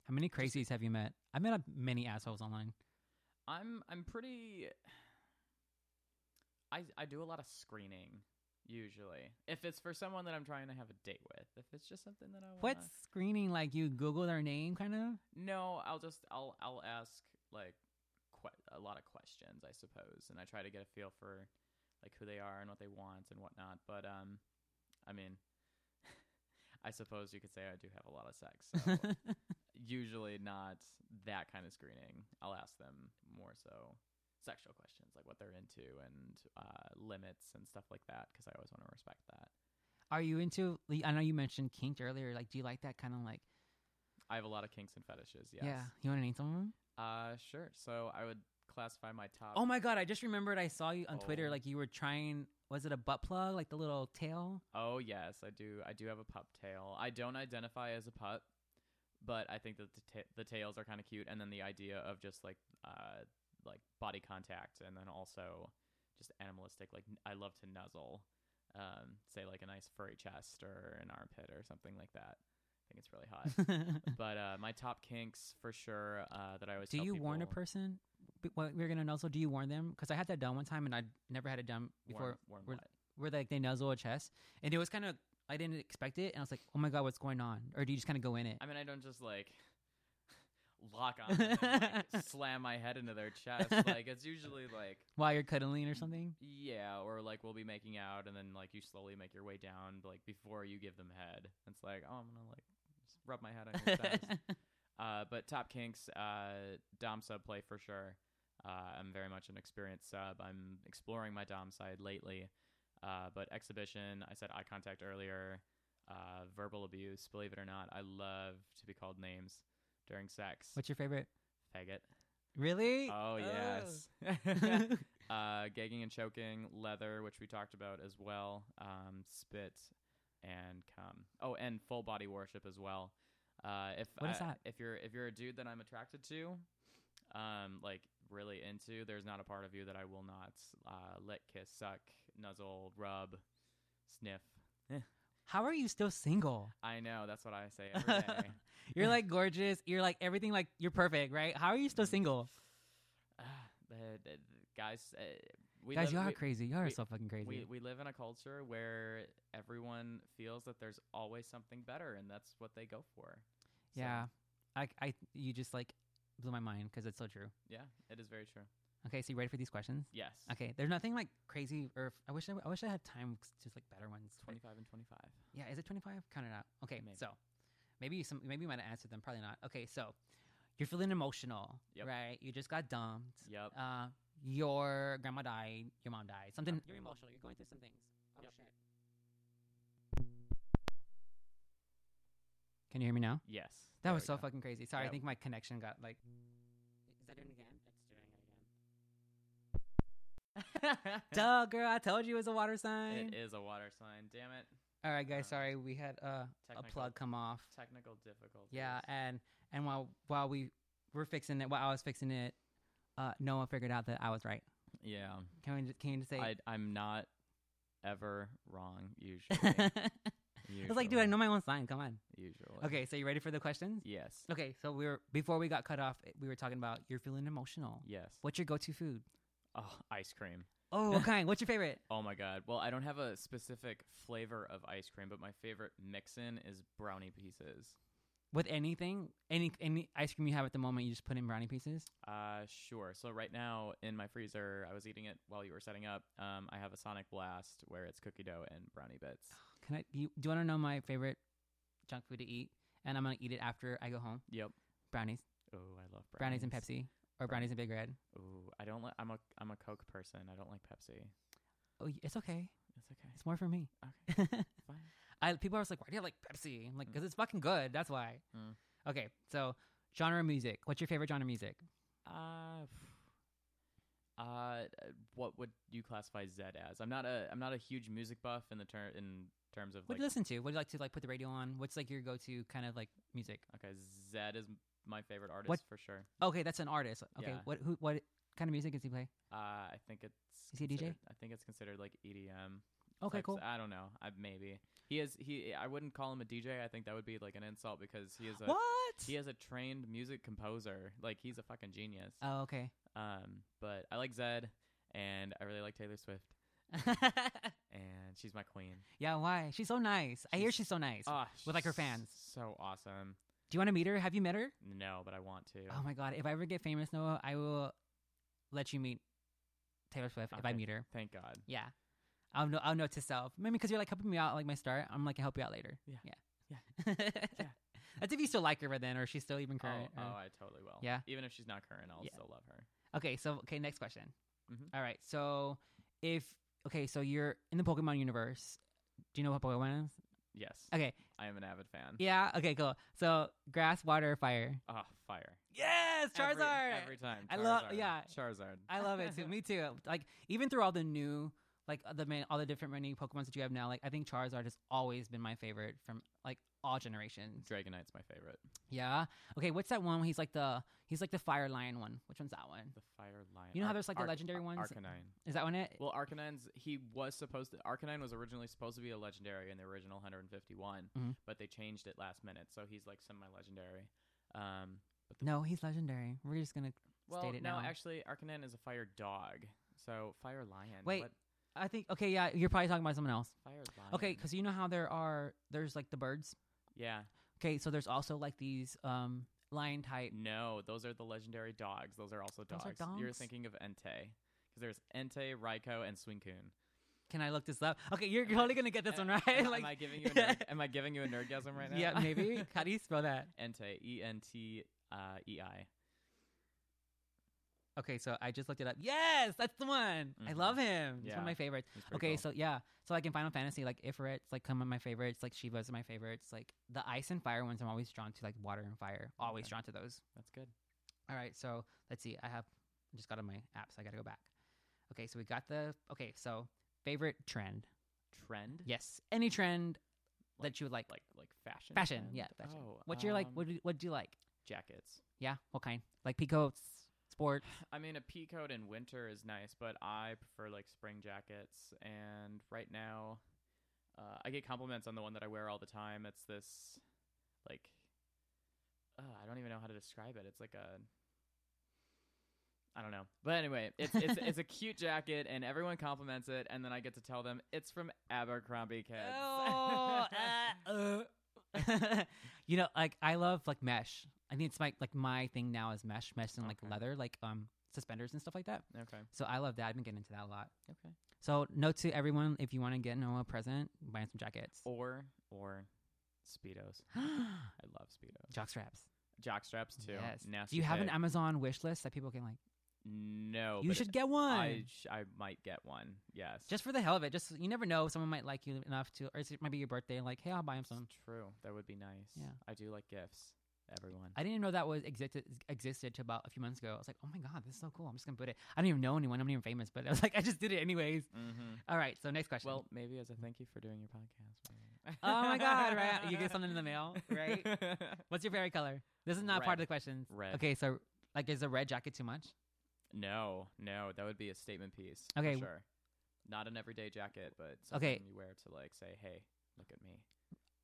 A: How many crazies have you met? I met up many assholes online.
B: I'm I'm pretty. I I do a lot of screening usually. If it's for someone that I'm trying to have a date with, if it's just something that I want.
A: What's screening like? You Google their name, kind of.
B: No, I'll just I'll I'll ask like que- a lot of questions, I suppose, and I try to get a feel for like who they are and what they want and whatnot. But um, I mean, I suppose you could say I do have a lot of sex. So usually not that kind of screening. I'll ask them more so sexual questions, like what they're into and uh, limits and stuff like that, because I always want to respect that.
A: Are you into? like, I know you mentioned kinked earlier. Like, do you like that kind of like?
B: I have a lot of kinks and fetishes. Yes.
A: Yeah. You want to name someone?
B: Uh, sure. So I would classify my top.
A: Oh my god! I just remembered. I saw you on Twitter.
B: Oh.
A: Like, you were trying. Was it a butt plug? Like the little tail?
B: Oh yes, I do. I do have a pup tail. I don't identify as a pup, but I think that the, ta- the tails are kind of cute, and then the idea of just like uh like body contact, and then also just animalistic. Like n- I love to nuzzle, um, say like a nice furry chest or an armpit or something like that. I think it's really hot. but uh, my top kinks for sure uh, that I always
A: Do
B: tell
A: you warn a
B: people-
A: person? B- What we're gonna nuzzle? Do you warn them? Because I had that done one time, and I never had it done before.
B: warn- warn
A: we're-
B: what?
A: Where like they nuzzle a chest, and it was kind of I didn't expect it, and I was like, oh my god, what's going on? Or do you just kind of go in it?
B: I mean, I don't just like lock on and then, like, slam my head into their chest. Like it's usually like
A: While you're cuddling or something?
B: yeah, or like we'll be making out and then like you slowly make your way down like before you give them head. It's like oh, I'm gonna like just rub my head on your chest. Uh, but top kinks, uh, dom sub play for sure. Uh, I'm very much an experienced sub. I'm exploring my dom side lately, uh, but exhibition. I said eye contact earlier. Uh, verbal abuse. Believe it or not, I love to be called names during sex.
A: what's your favorite?
B: Oh, Faggot.
A: Really?
B: Oh yes. Uh, gagging and choking, leather, which we talked about as well, um, spit, and cum. Oh, and full body worship as well. Uh, if
A: What is
B: I-
A: that?
B: If you're if you're a dude that I'm attracted to, um, like really into, there's not a part of you that I will not uh, let kiss, suck, nuzzle, rub, sniff.
A: How are you still single?
B: I know that's what I say every day.
A: You're like gorgeous. You're like everything. Like you're perfect, right? How are you still
B: Mhm.
A: single?
B: Ah, the, the, the guys, uh, we
A: Guys,
B: live-
A: y'all are
B: we-
A: crazy. Y'all are
B: we-
A: so fucking crazy.
B: We, we live in a culture where everyone feels that there's always something better, and that's what they go for. So,
A: yeah, I, I, you just like blew my mind because it's so true.
B: yeah, it is very true.
A: Okay, so you ready for these questions?
B: Yes.
A: Okay, there's nothing like crazy or f- I wish I, w- I wish I had time s- to like better ones. but-
B: 25 and 25.
A: Yeah, is it 25? Count it out. Okay,
B: Maybe.
A: so maybe some maybe you might have answered them, probably not. Okay, so you're feeling emotional,
B: Yep.
A: right? You just got dumped.
B: Yep.
A: Uh, your grandma died. Your mom died. Something. You're emotional. You're going through some things. Oh shit. Can you hear me now?
B: Yes.
A: That
B: there
A: was
B: we
A: so
B: go.
A: fucking crazy. Sorry, I
B: That-
A: think my connection got like. Is that doing it again? It's doing it again. Duh, girl! I told you it was a water sign.
B: It is a water sign. Damn it.
A: All right, guys.
B: Uh,
A: Sorry, we had uh, a
B: Technical,
A: plug come off.
B: Technical difficulties.
A: Yeah, and and while while we were fixing it, while I was fixing it, uh, Noah figured out that I was right.
B: yeah.
A: Can we just, can you just say?
B: I, I'm not ever wrong, usually.
A: I was like, dude, I
B: Usually.
A: know my own sign. Come on.
B: Usually.
A: Okay, so you ready for the questions?
B: Yes.
A: Okay, so we were before we got cut off, we were talking about you're feeling emotional.
B: Yes.
A: What's your go-to food?
B: Oh, ice cream.
A: Oh, what kind? What's your favorite?
B: Oh my god. Well, I don't have a specific flavor of ice cream, but my favorite mix-in is brownie pieces.
A: With anything, any any ice cream you have at the moment, you just put in brownie pieces.
B: Uh, sure. So right now in my freezer, I was eating it while you were setting up. Um, I have a Sonic Blast where it's cookie dough and brownie bits.
A: Can I? You, do you want to know my favorite junk food to eat? And I'm gonna eat it after I go home.
B: Yep.
A: Brownies,
B: Oh, I love brownies.
A: brownies, and Pepsi, or brownies and Big Red.
B: Ooh, I don't like. I'm a I'm a Coke person. I don't like Pepsi.
A: Oh, y- it's okay.
B: It's okay.
A: It's more for me.
B: Okay. Fine.
A: I, people are always like, why do you like Pepsi? I'm like, because it's fucking good. That's why.
B: Mm.
A: Okay, so genre of music. What's your favorite genre of music?
B: Uh, uh, what would you classify Zed as? I'm not a I'm not a huge music buff in the ter- in terms of
A: What
B: like
A: do you listen to? What do you like to like put the radio on? What's like your go-to kind of like music?
B: Okay, Zed is m- my favorite artist for sure.
A: Okay, that's an artist. Okay,
B: Yeah.
A: what who what kind of music does he play?
B: Uh, I think it's
A: Is he a DJ?
B: considered- I think it's considered like EDM.
A: Okay,
B: types-
A: cool.
B: I don't know. I maybe he is he. I wouldn't call him a DJ. I think that would be like an insult because he is a
A: what?
B: he is a trained music composer. Like he's a fucking genius.
A: Oh, okay.
B: Um, but I like Zed, and I really like Taylor Swift, and she's my queen.
A: yeah, why? She's so nice. I hear
B: She's-
A: she's so nice.
B: Ah,
A: With, like, her
B: she's
A: fans.
B: So awesome.
A: do you want to meet her? Have you met her?
B: No, but I want to.
A: Oh my god, if I ever get famous, Noah, I will let you meet Taylor Swift if I
B: Okay.
A: meet her.
B: Thank God.
A: Yeah. I'll know. I'll know to self. Maybe because you're like helping me out, like my start. I'm like, I help you out later.
B: Yeah.
A: Yeah. Yeah. That's if you still like her by then, or she's still even
B: Oh,
A: current.
B: oh,
A: or-
B: I totally will.
A: yeah.
B: Even if she's not current, I'll
A: Yeah.
B: still love her.
A: Okay. So okay, next question.
B: Mhm.
A: All right. So if okay, so you're in the Pokemon universe. Do you know what Pokemon is?
B: Yes.
A: Okay.
B: I am an avid fan.
A: Yeah. Okay. Cool. So grass, water, fire.
B: Ah, fire.
A: Yes, Charizard.
B: Every, every time.
A: I love-
B: Charizard.
A: yeah.
B: Charizard.
A: I love it too. Me too. Like even through all the new, like the man, all the different many Pokemons that you have now. Like I think Charizard has always been my favorite from like all generations.
B: Dragonite's my favorite.
A: Yeah. Okay. What's that one? Where he's like the he's like the fire lion one. Which one's that one?
B: The Fire Lion.
A: You know how there's, like, the legendary ones?
B: Arcanine.
A: Is that one it?
B: Well, Arcanine's he was supposed to. Arcanine was originally supposed to be a legendary in the original 151,
A: Mhm.
B: but they changed it last minute, so he's like semi-legendary. Um, but the,
A: No, he's legendary. We're just gonna.
B: well,
A: state it
B: no,
A: now.
B: actually, Arcanine is a fire dog, so Fire Lion.
A: Wait.
B: what?
A: I think. Okay. Yeah. You're probably talking about someone else.
B: Fire Lion.
A: Okay. Because you know how there are there's like the birds.
B: yeah,
A: Okay. So there's also like these um lion type.
B: no, those are the legendary dogs. Those are also
A: Those
B: dogs.
A: are
B: You're
A: dogs?
B: thinking of Entei because there's Entei, Raikou, and Suicune.
A: Can I look this up? Okay. You're totally gonna get this one right.
B: Am,
A: like.
B: am I giving you a nerd, am I giving you a nerdgasm right now?
A: yeah. Maybe. How do you spell that?
B: Entei, E N T uh, E I.
A: Okay. So I just looked it up. Yes, that's the one. I
B: Mhm.
A: love him. He's one
B: Yeah.
A: of my favorites.
B: It's pretty
A: Okay, so
B: cool.
A: yeah, so like in Final Fantasy, like Ifrit's like come on my favorites, like Shiva's my favorites, like the ice and fire ones. I'm always drawn to like water and fire, always
B: Okay.
A: drawn to those.
B: that's good.
A: All right, so let's see. I have I just got on my app, so I got to go back. Okay, so we got the okay. So favorite trend?
B: Trend?
A: Yes, any trend
B: Like-
A: that you would like.
B: Like like fashion.
A: fashion,
B: trend?
A: yeah. Fashion.
B: Oh,
A: what you like?
B: um,
A: What do, what do you like?
B: jackets?
A: Yeah, what kind? Like peacoats, sport.
B: I mean, a pea coat in winter is nice, but I prefer like spring jackets. And right now, uh, I get compliments on the one that I wear all the time. It's this, like, uh, I don't even know how to describe it. It's like a, I don't know. But anyway, it's it's, it's a cute jacket, and everyone compliments it, and then I get to tell them it's from Abercrombie Kids.
A: Oh, uh, uh. you know, like I love like mesh. I think it's my like my thing now is mesh, mesh and like
B: Okay.
A: leather, like um suspenders and stuff like that.
B: okay.
A: So I love that. I've been getting into that a lot.
B: Okay.
A: So note to everyone: if you want to get Noah a present, buy him some jackets,
B: Or or speedos. I love speedos.
A: jock straps.
B: Jock straps Oh. too.
A: Yes.
B: Nasty
A: Do you have an
B: pick.
A: Amazon wish list that people can like?
B: No.
A: you
B: Oh, but
A: should get one.
B: I sh- I might get one. Yes.
A: just for the hell of it, just you never know, someone might like you enough to, or it might be your birthday. Like, hey, I'll buy him
B: It's
A: some.
B: true. That would be nice.
A: Yeah.
B: I do like gifts. Everyone.
A: I didn't even know that was existed existed to about a few months ago. I was like, oh my god, this is so cool. I'm just gonna put it. I don't even know anyone. I'm not even famous, but I was like, I just did it anyways.
B: mm-hmm.
A: All right, so next question.
B: Well, maybe as a thank you for doing your podcast. maybe.
A: oh my god, right? You get something in the mail, right? What's your favorite color? This is not part of
B: Red.
A: the questions.
B: Red.
A: Okay, so like, is a red jacket too much?
B: No, no, that would be a statement piece.
A: Okay,
B: For
A: w-
B: sure. Not an everyday jacket, but something
A: Okay.
B: you wear to like say, "Hey, look at me."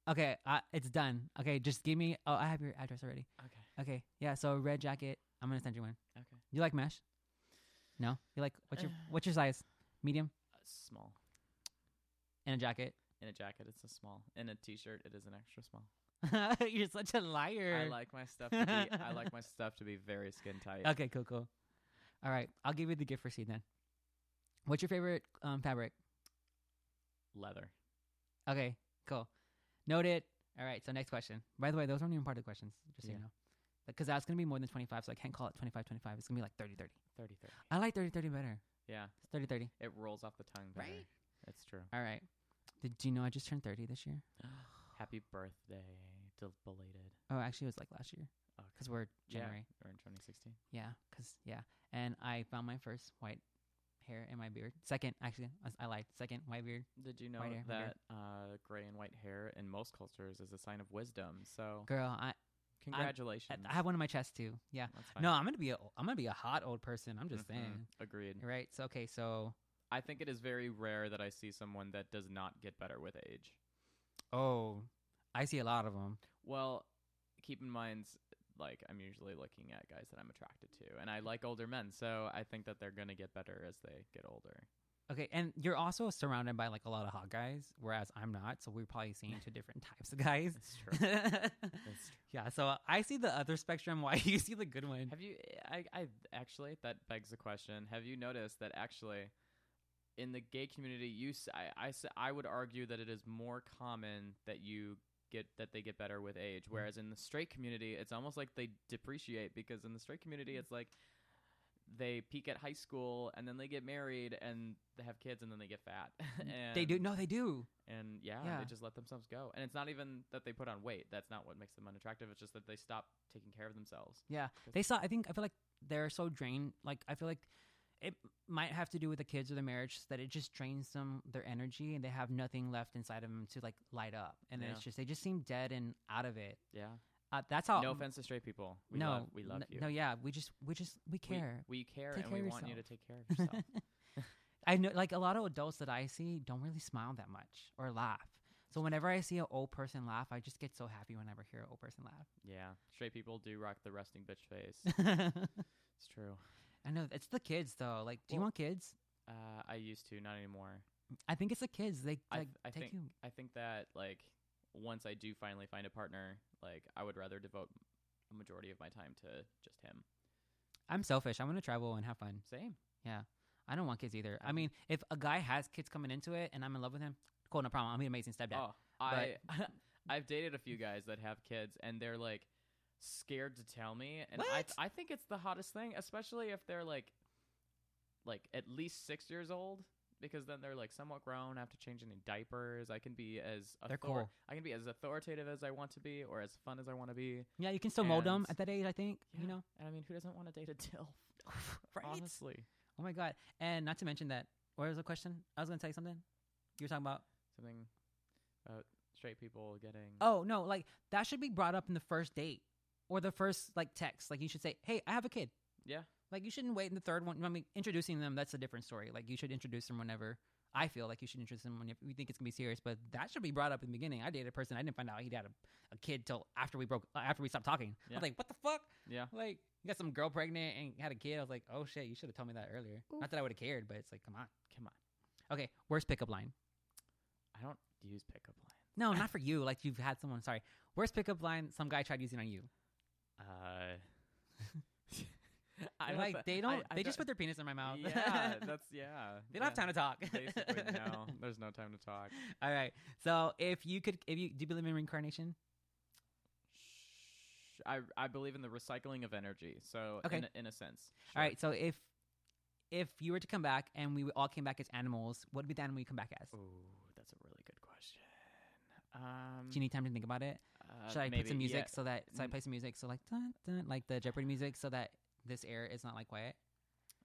A: Okay, uh, it's done. Okay, just give me. Oh, I have your address already.
B: Okay.
A: Okay, yeah. So red jacket. I'm gonna send you one.
B: Okay.
A: You like mesh? No. You like what's your what's your size? Medium
B: Uh, small.
A: and a jacket.
B: In a jacket, it's a small. In a t-shirt, it is an extra small.
A: You're such a liar.
B: I like my stuff. To be, I like my stuff to be very skin tight.
A: Okay, cool, cool. All right, I'll give you the gift receipt then. What's your favorite um, fabric?
B: Leather.
A: Okay, cool. Noted. All right, so next question. By the way, those aren't even part of the questions, just so
B: Yeah.
A: you know. Because that's going to be more than 25, so I can't call it 25 25. It's going to be like 30 30.
B: 30 30.
A: I like 30 30 better.
B: Yeah,
A: It's 30 30.
B: it rolls off the tongue better.
A: Right?
B: That's true.
A: All right. Did do you know I just turned 30 this year?
B: Happy birthday, del- belated.
A: Oh, actually, it was like last year because we're
B: Yeah.
A: January.
B: Or in 2016.
A: Yeah, because, yeah. And I found my first white hair in my beard. Second, actually, I- I lied. Second, white beard.
B: Did you know
A: White hair, white hair.
B: that uh, gray and white hair in most cultures is a sign of wisdom? So
A: Girl, I,
B: congratulations.
A: I have one in my chest too. Yeah.
B: That's
A: No, I'm gonna be a I'm gonna be a hot old person. I'm just
B: Mhm.
A: saying.
B: Agreed.
A: Right. So okay. So
B: I think it is very rare that I see someone that does not get better with age.
A: oh, I see a lot of them.
B: Well, keep in mind, like I'm usually looking at guys that I'm attracted to, and I like older men, so I think that they're gonna get better as they get older.
A: Okay, and you're also surrounded by like a lot of hot guys, whereas I'm not. So we're probably seeing two different types of guys.
B: That's true. That's true.
A: yeah. So I see the other spectrum. Why you see the good one?
B: Have you? I, I actually that begs the question. Have you noticed that actually, in the gay community, you s- I, I s- I would argue that it is more common that you get that they get better with
A: Mm-hmm.
B: age, whereas in the straight community, it's almost like they depreciate because in the straight
A: Mm-hmm.
B: community, it's like they peak at high school and then they get married and they have kids and then they get fat. and,
A: Mm-hmm. They do. No, they do.
B: and yeah,
A: Yeah.
B: they just let themselves go. And it's not even that they put on weight. That's not what makes them unattractive. It's just that they stop taking care of themselves.
A: They saw. I think. I feel like they're so drained. Like I feel like it might have to do with the kids or the marriage that it just drains them their energy and they have nothing left inside of them to like light up. And then
B: Yeah.
A: it's just they just seem dead and out of it.
B: Yeah.
A: Uh, that's how.
B: No offense to straight people. We
A: no,
B: love, we love
A: n-
B: you.
A: No, yeah, we just we just we
B: We-
A: care.
B: We, care,
A: Take
B: and
A: care
B: we
A: of
B: want you to
A: yourself.
B: take care of yourself.
A: I know, like a lot of adults that I see don't really smile that much or laugh. So whenever I see an old person laugh, I just get so happy whenever I hear an old person
B: yeah, straight people do rock the resting bitch face.
A: laugh.
B: it's true.
A: I know it's the kids though. Like, do you
B: Well-
A: want kids?
B: Uh, I used to, not anymore.
A: I think it's the kids. They
B: I
A: like
B: th- I
A: take
B: think-
A: you.
B: I think that like once I do finally find a partner, like I would rather devote a majority of my time to just him.
A: I'm selfish. I want to travel and have fun.
B: Same.
A: I don't want kids either. I mean, if a guy has kids coming into it and I'm in love with him, cool, no problem. I'll be an amazing stepdad.
B: Oh, I I've dated a few guys that have kids, and they're like scared to tell me, and I
A: What?
B: I think it's the hottest thing, especially if they're like like at least six years old, because then they're like somewhat grown, have to change any diapers. I can be as
A: They're
B: author-
A: cool.
B: I can be as authoritative as I want to be, or as fun as I want to be.
A: yeah, you can still mold them
B: and-
A: at that age. I think
B: Yeah.
A: you know.
B: And I mean, who doesn't want to date a dilf?
A: Right?
B: Honestly,
A: Oh my god! And not to mention that. What was the question? I was gonna tell you something. You were talking about.
B: Something about straight people getting.
A: Oh no! Like that should be brought up in the first date or the first like text. Like you should say, "Hey, I have a kid."
B: Yeah.
A: Like you shouldn't wait in the third one. I mean, introducing them that's a different story. Like you should introduce them whenever. I feel like you should introduce them whenever you think it's gonna be serious, but that should be brought up in the beginning. I dated a person I didn't find out he'd had a, a kid till after we broke, uh, after we stopped talking. I
B: Yeah.
A: was like, "What the fuck?"
B: Yeah.
A: Like you got some girl pregnant and had a kid. I was like, "Oh shit, you should have told me that earlier." Not that I would have cared, but it's like, come on, come on. Okay, worst pickup line.
B: I don't use pickup line.
A: No, not for you. Like you've had someone. Sorry, worst pickup line some guy tried using on you.
B: Uh.
A: I
B: don't
A: like
B: th-
A: they
B: I-
A: don't.
B: I
A: they just
B: don't-
A: put their penis in my mouth.
B: Yeah, that's yeah.
A: They don't have time to talk.
B: Basically, no. There's no time to talk.
A: All right. So if you could, if you do you believe in reincarnation?
B: Sh- I I believe in the recycling of energy. So
A: Okay.
B: in, a- in a sense.
A: All
B: sure.
A: right. So if if you were to come back and we all came back as animals, what would be the animal you come back as?
B: Oh, that's a really good question. Um,
A: Do you need time to think about it?
B: uh,
A: Should I put some
B: maybe-
A: music
B: yeah.
A: so that so I
B: Mm.
A: play some music so like dun, dun, like the Jeopardy music so that this air is not like quiet.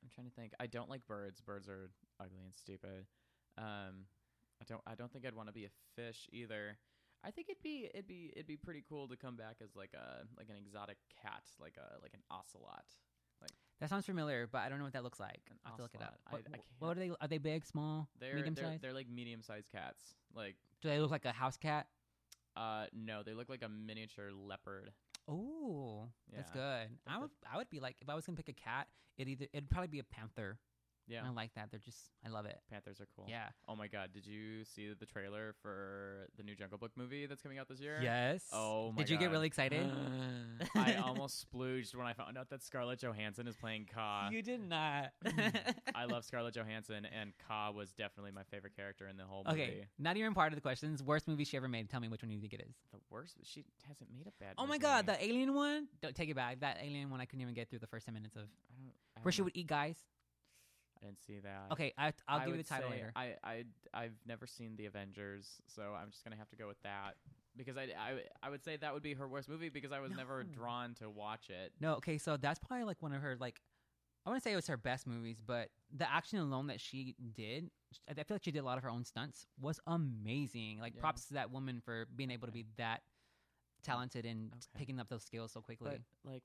B: I'm trying to think. I don't like birds. Birds are ugly and stupid. Um, I don't. I don't think I'd want to be a fish either. I think it'd be it'd be it'd be pretty cool to come back as like a like an exotic cat, like a like an ocelot.
A: That sounds familiar, but I don't know what that looks like.
B: An
A: I have to look it up.
B: ocelot. I-
A: What,
B: I
A: what are they? Are they big, small,
B: They're
A: medium
B: they're,
A: sized?
B: they're like medium sized cats. Like
A: Do they look like a house cat?
B: uh no, they look like a miniature leopard.
A: Oh, that's
B: Yeah.
A: good. I
B: the-
A: would, I would be like, if I was gonna pick a cat, it either it'd probably be a panther.
B: Yeah,
A: I like that. They're just, I love it.
B: panthers are cool.
A: Yeah.
B: Oh my god, did you see the trailer for the new Jungle Book movie that's coming out this year?
A: Yes.
B: Oh my
A: Did you get
B: God.
A: really excited?
B: I almost splooged when I found out that Scarlett Johansson is playing Ka.
A: you did not.
B: I love Scarlett Johansson, and Ka was definitely my favorite character in the whole movie.
A: okay, not even part of the questions. Worst movie she ever made. Tell me which one you think it is.
B: The worst, she hasn't made a bad.
A: Oh my
B: movie.
A: god, the alien one. Don't take it back. That alien one I couldn't even get through the first ten minutes of
B: I don't, I
A: where
B: don't
A: she
B: know.
A: would eat guys.
B: Uh-huh. I didn't see that.
A: Okay, I, I'll
B: I
A: give you
B: would
A: the title
B: say
A: later.
B: I I I've never seen the Avengers, so I'm just gonna have to go with that because I I, I would say that would be her worst movie because I was never
A: No.
B: drawn to watch it.
A: No, okay, so that's probably like one of her like I wouldn't say it was her best movies, but the action alone that she did, I feel like she did a lot of her own stunts, was amazing. Like
B: Yeah.
A: props to that woman for being able to
B: Okay.
A: be that talented and
B: Okay.
A: picking up those skills so quickly.
B: But like,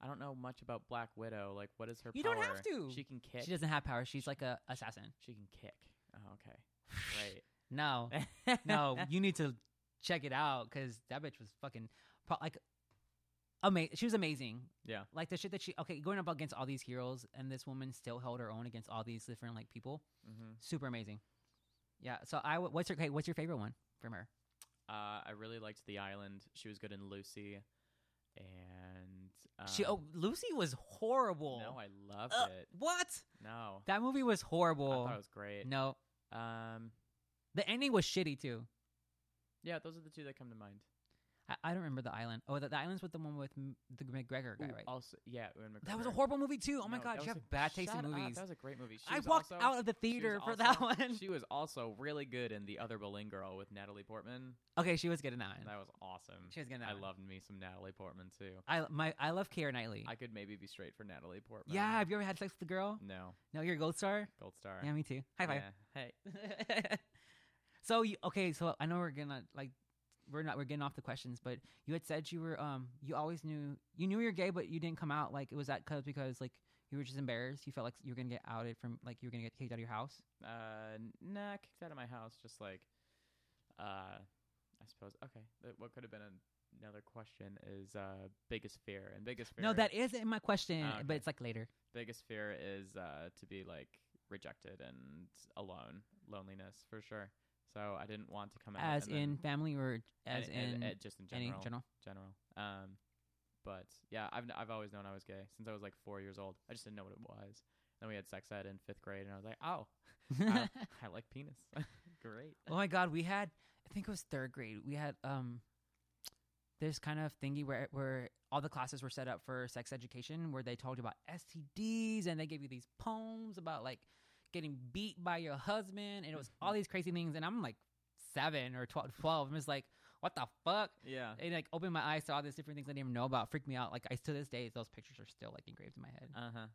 B: I don't know much about Black Widow. Like, what is her?
A: You don't have
B: power?
A: to.
B: She can kick.
A: she doesn't have power. She's like a assassin.
B: She can kick. Oh, okay.
A: No,
B: Great.
A: no, you need to check it out because that bitch was fucking pro- like amazing. She was amazing.
B: Yeah.
A: like the shit that she okay going up against all these heroes and this woman still held her own against all these different like people.
B: hmm
A: super amazing. Yeah. So I w- what's your hey, what's your favorite one from her?
B: Uh, I really liked The Island. She was good in Lucy, and um,
A: she oh Lucy was horrible.
B: no, I loved
A: Uh,
B: it.
A: What?
B: No,
A: That movie was
B: I
A: horrible.
B: thought it was great.
A: no,
B: Um,
A: the ending was shitty too.
B: yeah, those are the two that come to mind.
A: I, I don't remember the island. Oh, the, the island's with the one with M- the McGregor guy,
B: Ooh,
A: right?
B: Also, yeah, Ewan
A: that was a
B: McGregor.
A: horrible movie too. Oh my
B: No,
A: god,
B: that
A: you have
B: was a-
A: bad taste
B: Shut
A: in
B: up,
A: movies.
B: That was a great movie. She
A: I
B: was
A: walked
B: also-
A: out of the
B: she was
A: theater for that
B: also-
A: one.
B: She was also really good in the other Berlin Girl with Natalie Portman.
A: okay, she was good in that one.
B: That was awesome.
A: She was good in that
B: I
A: one.
B: loved me some Natalie Portman too.
A: I my I love Keira Knightley.
B: I could maybe be straight for Natalie Portman.
A: yeah, have you ever had sex with a girl?
B: No,
A: No, you're a gold star.
B: Gold Star.
A: Yeah, me too. High five.
B: Yeah. Hey.
A: so you, okay, so I know we're gonna like we're not we're getting off the questions, but you had said you were um you always knew you knew you were gay, but you didn't come out. Like it was that cause because like you were just embarrassed. You felt like you were gonna get outed from like you were gonna get kicked out of your house.
B: Uh, n- nah, kicked out of my house. Just like, uh, I suppose. Okay, th- what could have been an- another question is uh, biggest fear and biggest fear.
A: No, that isn't my question,
B: Ah,
A: but
B: okay.
A: it's like later.
B: biggest fear is uh, to be like rejected and alone, loneliness for sure. So I didn't want to come out
A: As
B: and then-
A: in family or as
B: and-
A: in
B: and- and just in
A: any
B: general,
A: general.
B: general. Um, but yeah, I've n- I've always known I was gay since I was like four years old. I just didn't know what it was. Then we had sex ed in fifth grade, and I was like, oh, I, I like penis. Great.
A: oh my god, we had I think it was third grade. We had um this kind of thingy where where all the classes were set up for sex education where they told you about STDs and they gave you these poems about like getting beat by your husband and it was all these crazy things and I'm like 7 or 12, 12. I'm just like what the fuck?
B: Yeah.
A: It like opened my eyes to all these different things I didn't even know about. Freaked me out. Like I to this day those pictures are still like engraved in my head.
B: Uh huh.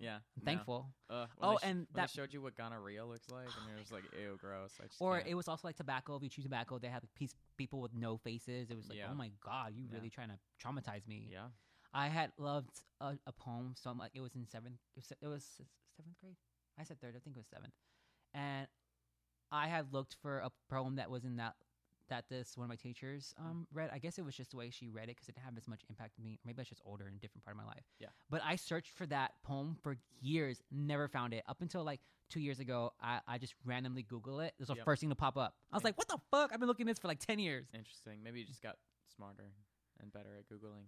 B: Yeah.
A: I'm
B: no.
A: thankful.
B: Ugh, when
A: Oh,
B: they sh-
A: and
B: when they
A: that- Oh
B: showed you what gonorrhea looks like, and you're just like, ew, gross. I just
A: Or
B: can't.
A: it was also like tobacco. If you chew tobacco, they had like piece, people with no faces. It was like,
B: Yeah.
A: oh my god, you
B: Yeah.
A: really trying to traumatize me.
B: yeah,
A: I had loved a, a poem so much. It was in seventh. It was, it was s- seventh grade. I said third. I think it was seventh. And I had looked for a poem that was in that that this one of my teachers um, read. I guess it was just the way she read it because it didn't have as much impact on me. Or maybe I was just older and a different part of my life.
B: Yeah.
A: But I searched for that poem for years, never found it. Up until like two years ago, I, I just randomly Google it. It was the
B: Yep.
A: first thing to pop up. I was
B: And-
A: like, what the fuck? I've been looking at this for like ten years.
B: interesting. Maybe you just got smarter and better at googling.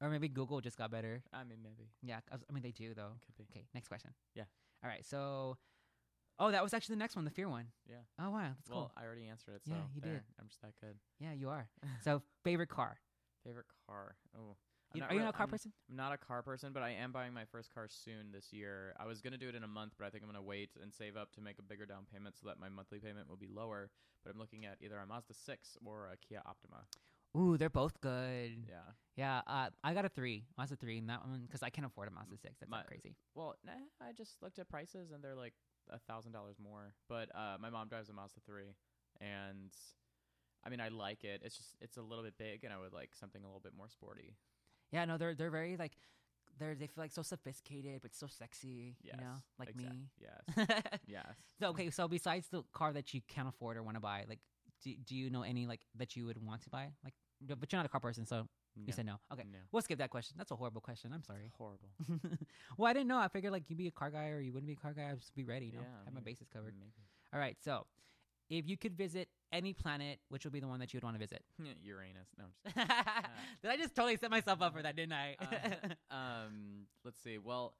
A: Or maybe Google just got better.
B: I mean, maybe
A: Yeah. 'cause- I mean, they do though.
B: could be.
A: Okay, next question.
B: Yeah.
A: All right. So, oh, that was actually the next one, the fear one.
B: Yeah.
A: Oh wow, that's
B: Well,
A: cool.
B: I already answered it. So
A: Yeah, you
B: there.
A: did.
B: I'm just that good.
A: Yeah, you are. So, favorite car?
B: Favorite car? Oh, I'm
A: You, are
B: not
A: you
B: real-
A: not a car
B: I'm-
A: person?
B: I'm not a car person, but I am buying my first car soon this year. I was gonna do it in a month, but I think I'm gonna wait and save up to make a bigger down payment so that my monthly payment will be lower. But I'm looking at either a Mazda six or a Kia Optima.
A: Ooh, they're both good.
B: Yeah.
A: Yeah. uh, I got a three. Mazda three, and that one because I can't afford a Mazda six. That's
B: my-
A: not crazy.
B: Well, nah, I just looked at prices and they're like a thousand dollars more. But uh, my mom drives a Mazda three, and I mean I like it. It's just it's a little bit big, and I would like something a little bit more sporty.
A: Yeah. No, they're they're very like they're they feel like so sophisticated but so sexy.
B: Yes.
A: You know, like
B: exact-
A: me.
B: Yes. yes.
A: so okay. So besides the car that you can't afford or want to buy, like, do, do you know any like that you would want to buy? Like, but you're not a car person, so
B: No.
A: you said no. Okay.
B: No.
A: We'll skip that question. That's a horrible question. I'm sorry.
B: Horrible.
A: well, I didn't know. I figured like you'd be a car guy or you wouldn't be a car guy. I'd just be ready, you know,
B: Yeah,
A: have my
B: maybe. Mm-hmm.
A: bases covered.
B: Maybe.
A: All right, so if you could visit any planet, which would be the one that you would want to visit?
B: Uranus. No. I'm just
A: Did I just totally set myself up for that, didn't I?
B: Uh, um, let's see. Well,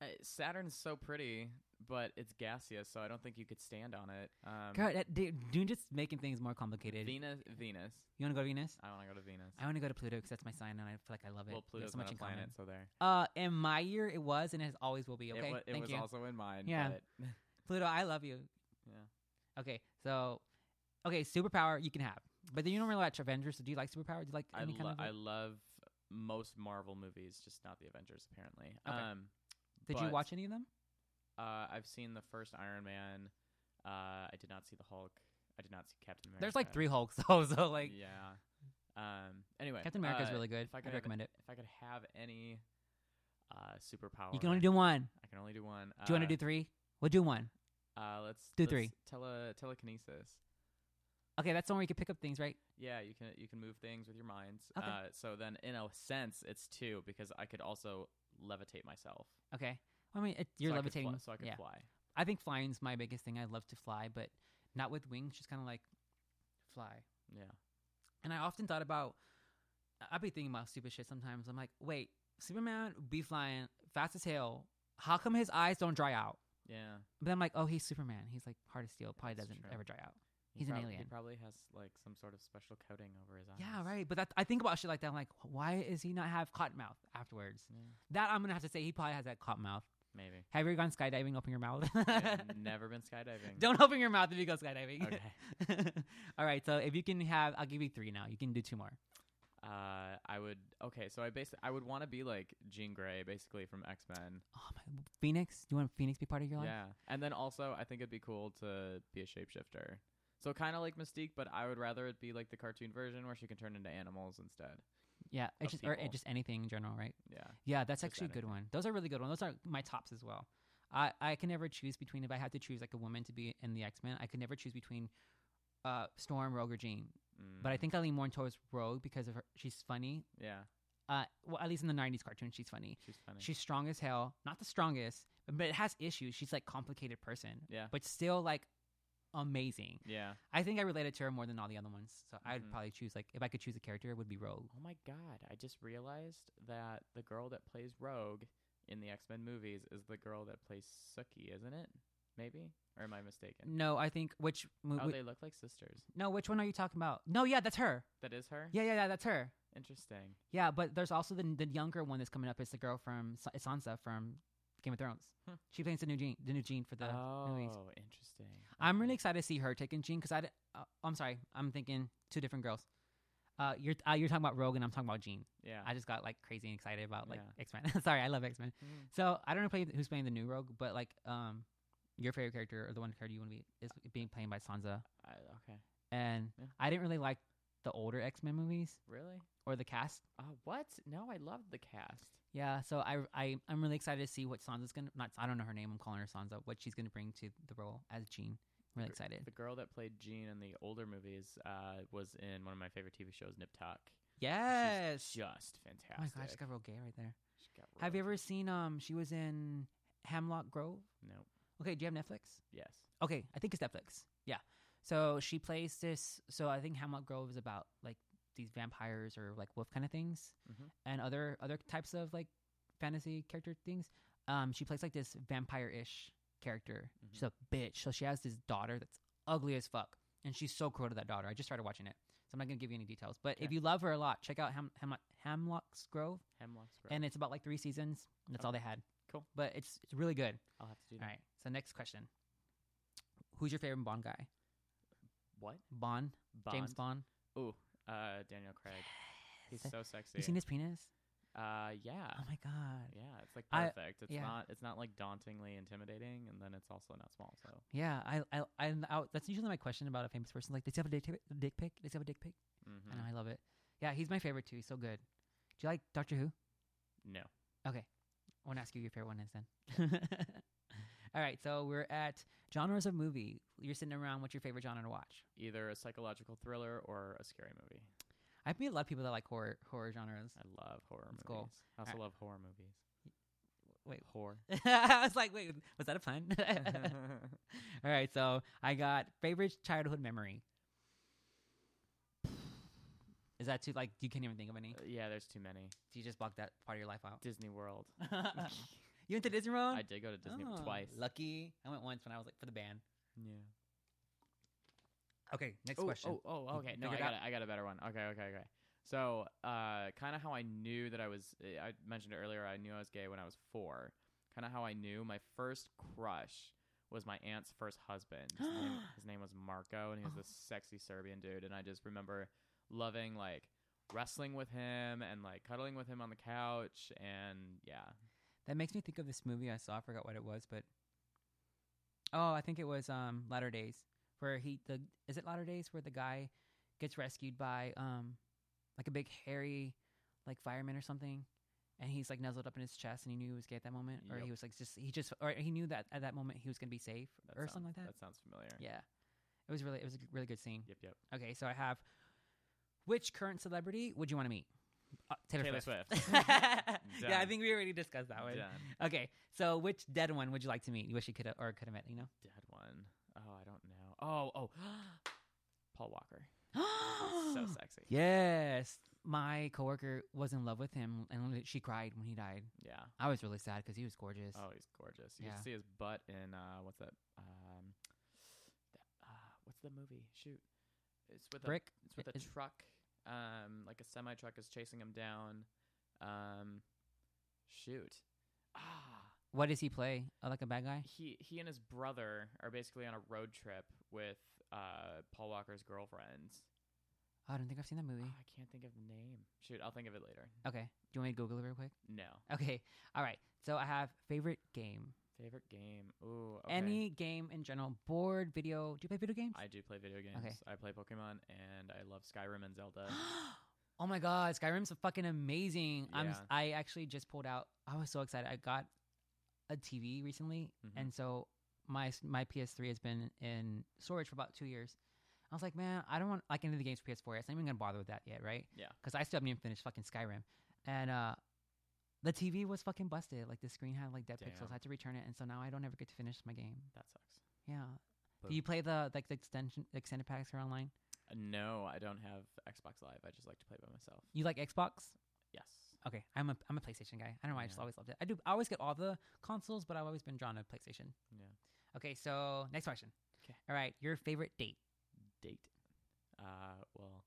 B: uh, Saturn's so pretty, but it's gaseous, so I don't think you could stand on it. Um,
A: God, that, dude, dude, just making things more complicated.
B: Venus. Venus.
A: you want to go to Venus?
B: I want to go to Venus.
A: I want to go to Pluto because that's my sign, and I feel like I love it.
B: well,
A: We have
B: Pluto's not a planet, so there.
A: Uh, in my year, it was, and it always will be. Okay,
B: It, wa- it
A: thank
B: was
A: you,
B: also in mine.
A: Yeah.
B: But
A: Pluto. I love you.
B: yeah.
A: Okay, so okay, superpower you can have, but then you don't really watch Avengers. So do you like superpower? Do you like
B: I,
A: any kind
B: lo-
A: of?
B: I love most Marvel movies, just not the Avengers, apparently.
A: Okay.
B: Um,
A: Did you
B: but-
A: watch any of them?
B: uh, I've seen the first Iron Man. Uh, I did not see the Hulk. I did not see Captain America.
A: There's like three Hulks though, so like
B: yeah. Um. Anyway,
A: Captain America is
B: uh,
A: really good.
B: If I could
A: I'd
B: have
A: recommend it.
B: if I could have any uh, superpower,
A: You can only do one.
B: I can only do one.
A: Do you want to
B: Uh,
A: do three? We'll do one.
B: Uh, let's
A: do
B: let's
A: three.
B: Tele telekinesis.
A: Okay, that's the one where you can pick up things, right?
B: Yeah, you can you can move things with your minds.
A: Okay.
B: Uh, so then, in a sense, it's two because I could also levitate myself.
A: Okay. I mean, it, you're
B: so
A: levitating.
B: I could fly, so I could
A: yeah.
B: fly.
A: I think flying's my biggest thing. I love to fly, but not with wings. Just kind of like fly.
B: Yeah.
A: And I often thought about. I- I'd be thinking about stupid shit sometimes. I'm like, wait, Superman be flying fast as hell. How come his eyes don't dry out?
B: Yeah.
A: But I'm like, oh, he's Superman. He's like hard as steel. Probably
B: That's
A: doesn't
B: true.
A: ever dry out.
B: He
A: He's an
B: prob- He
A: alien.
B: probably has like some sort of special coating over his eyes.
A: Yeah, right. But that, I think about shit like that. I'm like, why is he not have cotton mouth afterwards?
B: Yeah,
A: That I'm gonna have to say he probably has that cotton mouth.
B: maybe.
A: Have you ever gone skydiving? Open your mouth.
B: I've never been skydiving.
A: Don't open your mouth if you go skydiving.
B: Okay.
A: All right. So if you can have, I'll give you three now. You can do two more.
B: Uh, I would. Okay, so I basically I would want to be like Jean Grey, basically from X Men.
A: Oh my, Phoenix. Do you want Phoenix to be part of your life?
B: Yeah, and then also I think it'd be cool to be a shapeshifter. So kind of like Mystique, but I would rather it be like the cartoon version where she can turn into animals instead.
A: Yeah. It's
B: Of
A: just or
B: people.
A: it just anything in general, right?
B: Yeah,
A: Yeah, that's
B: Just
A: actually a good
B: anything.
A: one. Those are really good ones. Those are my tops as well. I, I can never choose between if I had to choose like a woman to be in the X Men. I could never choose between uh, Storm, Rogue, or Jean.
B: mm,
A: But I think I lean more towards Rogue because of her. She's funny.
B: yeah,
A: Uh, well, at least in the '90s cartoon, she's funny.
B: she's funny.
A: She's strong as hell. Not the strongest, but it has issues. She's like complicated person.
B: Yeah.
A: But still like amazing.
B: yeah.
A: I think I related to her more than all the other ones. So I'd
B: Mhm.
A: probably choose like if I could choose a character, it would be Rogue.
B: Oh my god! I just realized that the girl that plays Rogue in the X Men movies is the girl that plays Suki, isn't it? Maybe, or am I mistaken?
A: No, I think which movie?
B: Oh, they look like sisters.
A: no, which one are you talking about? No, yeah, that's her.
B: That is her.
A: Yeah, yeah, yeah, that's her.
B: Interesting.
A: Yeah, but there's also the the younger one that's coming up. It's the girl from Sa- Sansa from Game of Thrones.
B: Hmm.
A: She plays the new Jean, the new Jean for the
B: oh,
A: movies.
B: interesting.
A: I'm
B: Okay.
A: really excited to see her taking Jean because I. d- Uh, I'm sorry, I'm thinking two different girls. Uh, you're uh, you're talking about Rogue, and I'm talking about Jean.
B: Yeah.
A: I just got like crazy and excited about like
B: Yeah.
A: X Men. Sorry, I love X Men.
B: Mhm.
A: So I don't know play, who's playing the new Rogue, but like um, your favorite character or the one character you want to be is being played by Sansa.
B: I, okay.
A: And
B: Yeah.
A: I didn't really like the older X Men movies
B: Really?
A: or the cast.
B: Uh, what? No, I loved the cast.
A: Yeah, so I I I'm really excited to see what Sansa's gonna not I don't know her name. I'm calling her Sansa. What she's gonna bring to the role as Jean. I'm really
B: Gr-
A: excited.
B: The girl that played Jean in the older movies uh, was in one of my favorite TV shows, Nip Tuck.
A: Yes.
B: She's just
A: oh my
B: fantastic.
A: gosh, she got real gay right there.
B: She got
A: Have you
B: royalty.
A: ever seen um? She was in Hemlock Grove.
B: No.
A: Okay, do you have Netflix?
B: Yes.
A: Okay, I think it's Netflix. Yeah. So she plays this. So I think Hemlock Grove is about like these vampires or like wolf kind of things,
B: Mhm.
A: and other other types of like fantasy character things. Um, she plays like this vampire-ish character.
B: Mm-hmm.
A: She's a bitch. So she has this daughter that's ugly as fuck, and she's so cruel to that daughter. I just started watching it, so I'm not gonna give you any details. But if
B: Okay.
A: you love her a lot, check out Hem- Hem- Hemlock's Grove,
B: Hemlock's Grove.
A: and it's about like three seasons. and That's all they had.
B: Cool.
A: but it's it's really good.
B: I'll have to do that.
A: All right. So next question. Who's your favorite Bond guy?
B: What?
A: Bond, James Bond.
B: Ooh, uh, Daniel Craig. He's
A: Yes.
B: so sexy.
A: You seen his penis?
B: Uh, yeah.
A: Oh my god.
B: Yeah, it's like
A: I-
B: perfect. it's
A: yeah.
B: not. It's not like dauntingly intimidating, and then it's also not small. So
A: Yeah, I, I, I, I that's usually my question about a famous person. Like, does he have a dick, dick pic? Does he have a dick pic?
B: mhm.
A: I know, I love it. Yeah, he's my favorite too. He's so good. Do you like Doctor Who?
B: no.
A: Okay, I want to ask you your favorite one is then. All right, so we're at genres of movie. You're sitting around. What's your favorite genre to watch?
B: Either a psychological thriller or a scary movie.
A: I meet a lot of people that like horror horror genres.
B: I love horror
A: That's cool.
B: movies. I also
A: Alright.
B: love horror movies.
A: Wait,
B: Horror.
A: I was like, wait, was that a pun? All right, so I got favorite childhood memory. Is that too like you can't even think of any?
B: yeah, there's too many.
A: Do you just block that part of your life out?
B: Disney World.
A: you went to Disney World?
B: I did go to Disney World
A: Uh, Oh,
B: twice.
A: Lucky, I went once when I was like for the band.
B: yeah.
A: Okay, next
B: oh,
A: question.
B: Oh, oh,
A: You
B: okay.
A: can
B: No, I
A: figure it
B: got, a, I got a better one. Okay, okay, okay. So, uh, kind of how I knew that I was, eh, I mentioned it earlier, I knew I was gay when I was four. Kind of how I knew my first crush was my aunt's first husband. His name, his name was Marco, and he was
A: Oh.
B: this sexy Serbian dude. And I just remember loving, like, wrestling with him and, like, cuddling with him on the couch. And yeah.
A: That makes me think of this movie I saw. I forgot what it was, but oh, I think it was um Latter Days, where he the is it Latter Days where the guy gets rescued by um like a big hairy like fireman or something, and he's like nuzzled up in his chest, and he knew he was gay at that moment, or he
B: Yep.
A: was like just he just or he knew that at that moment he was gonna be safe
B: That
A: or
B: sounds-
A: something like that.
B: That sounds familiar.
A: Yeah, it was really it was a really good scene.
B: Yep, yep.
A: Okay, so I have which current celebrity would you want to meet? Uh, Taylor,
B: Taylor Swift.
A: yeah, I
B: Done.
A: think we already discussed that one.
B: Done.
A: Okay, so which dead one would you like to meet? You wish you could have or could have met, you
B: Dead one. Oh, I don't know. Oh, oh. Paul Walker.
A: know?
B: so sexy.
A: Yes, my coworker was in love with him, and li- she cried when he died.
B: Yeah.
A: I was really sad because he was gorgeous.
B: Oh, he's gorgeous. You
A: Yeah.
B: can see his butt in uh, what's that? Um, that uh, what's the movie? Shoot, it's with
A: Brick.
B: a it's with
A: Is-
B: a truck. Um, like a semi truck is chasing him down. Um, shoot. Ah,
A: What does he play? Oh, like a bad guy?
B: he he and his brother are basically on a road trip with uh Paul Walker's girlfriend.
A: Oh, I don't think I've seen that
B: Ah,
A: movie.
B: I can't think of the name. Shoot, I'll think of it later.
A: Okay, do you want me to Google it real quick?
B: No,
A: Okay, all right. So I have favorite game,
B: favorite game. Ooh, okay.
A: any game in general, board, video. Do you play video games?
B: I do play video games. I play Pokemon and I love Skyrim and Zelda.
A: oh my god, Skyrim's fucking amazing. I'm
B: Yeah.
A: I actually just pulled out. I was so excited. I got a TV recently,
B: Mhm.
A: and so my s- my PS3 has been in storage for about two years. I was like, man, I don't want like any of the games for PS4. yet, so I'm not even gonna bother with that yet, right?
B: Yeah.
A: Because I still haven't even finished fucking Skyrim, and uh, the TV was fucking busted. Like the screen had like dead pixels.
B: Damn.
A: I had to return it, and so now I don't ever get to finish my game.
B: that sucks.
A: Yeah.
B: Boo.
A: Do you play the like the extension extended packs or online?
B: Uh, No, I don't have Xbox Live. I just like to play by myself.
A: You like Xbox?
B: Yes.
A: Okay, I'm a I'm a PlayStation guy. I don't know. Why, I just
B: Yeah.
A: always loved it. I do. I always get all the consoles, but I've always been drawn to PlayStation.
B: Yeah.
A: Okay, so next question.
B: 'Kay.
A: All right, your favorite date?
B: Date. Uh, well,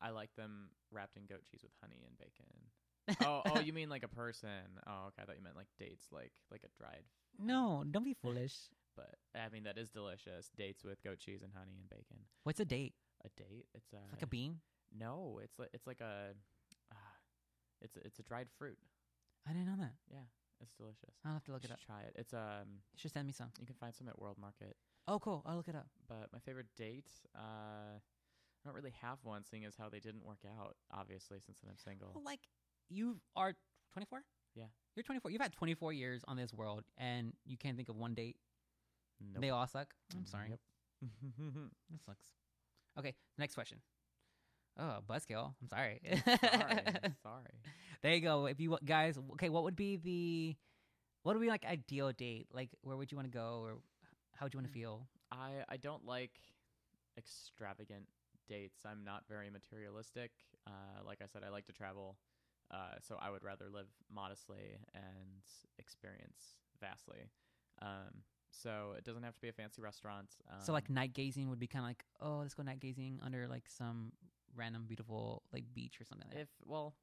B: I like them wrapped in goat cheese with honey and bacon. oh, oh, you mean like a person? Oh, okay. I thought you meant like dates, like like a dried.
A: No, don't be foolish.
B: But I mean, that is delicious. Dates with goat cheese and honey and bacon.
A: What's a date?
B: A date? It's uh,
A: Like a bean?
B: No, it's like it's like a, uh, it's a, it's a dried fruit.
A: I didn't know that.
B: Yeah, it's delicious.
A: I'll have to
B: You
A: look it
B: should
A: up.
B: Try it. It's um,
A: You should send me some.
B: you can find some at World Market.
A: Oh, cool. I'll look it up.
B: But my favorite date, uh, I don't really have one, seeing as how they didn't work out. Obviously, since I'm single.
A: Well, like you are 24.
B: Yeah.
A: you're 24. You've had 24 years on this world, and you can't think of one date.
B: Nope. Mm-hmm.
A: They all suck. I'm sorry.
B: Nope.
A: That sucks. Okay, next question. Oh, buzzkill. I'm sorry.
B: sorry, I'm sorry.
A: there you go. If you wa- guys, okay, what would be the, what would be like ideal date? Like, where would you want to go, or how would you want to
B: Hmm.
A: feel?
B: I I don't like extravagant dates. I'm not very materialistic. Uh, like I said, I like to travel, uh, so I would rather live modestly and experience vastly. Um, so it doesn't have to be a fancy restaurant. Um,
A: so like night gazing would be kind of like, oh, let's go night gazing under like some random beautiful like beach or something. Like that.
B: if well,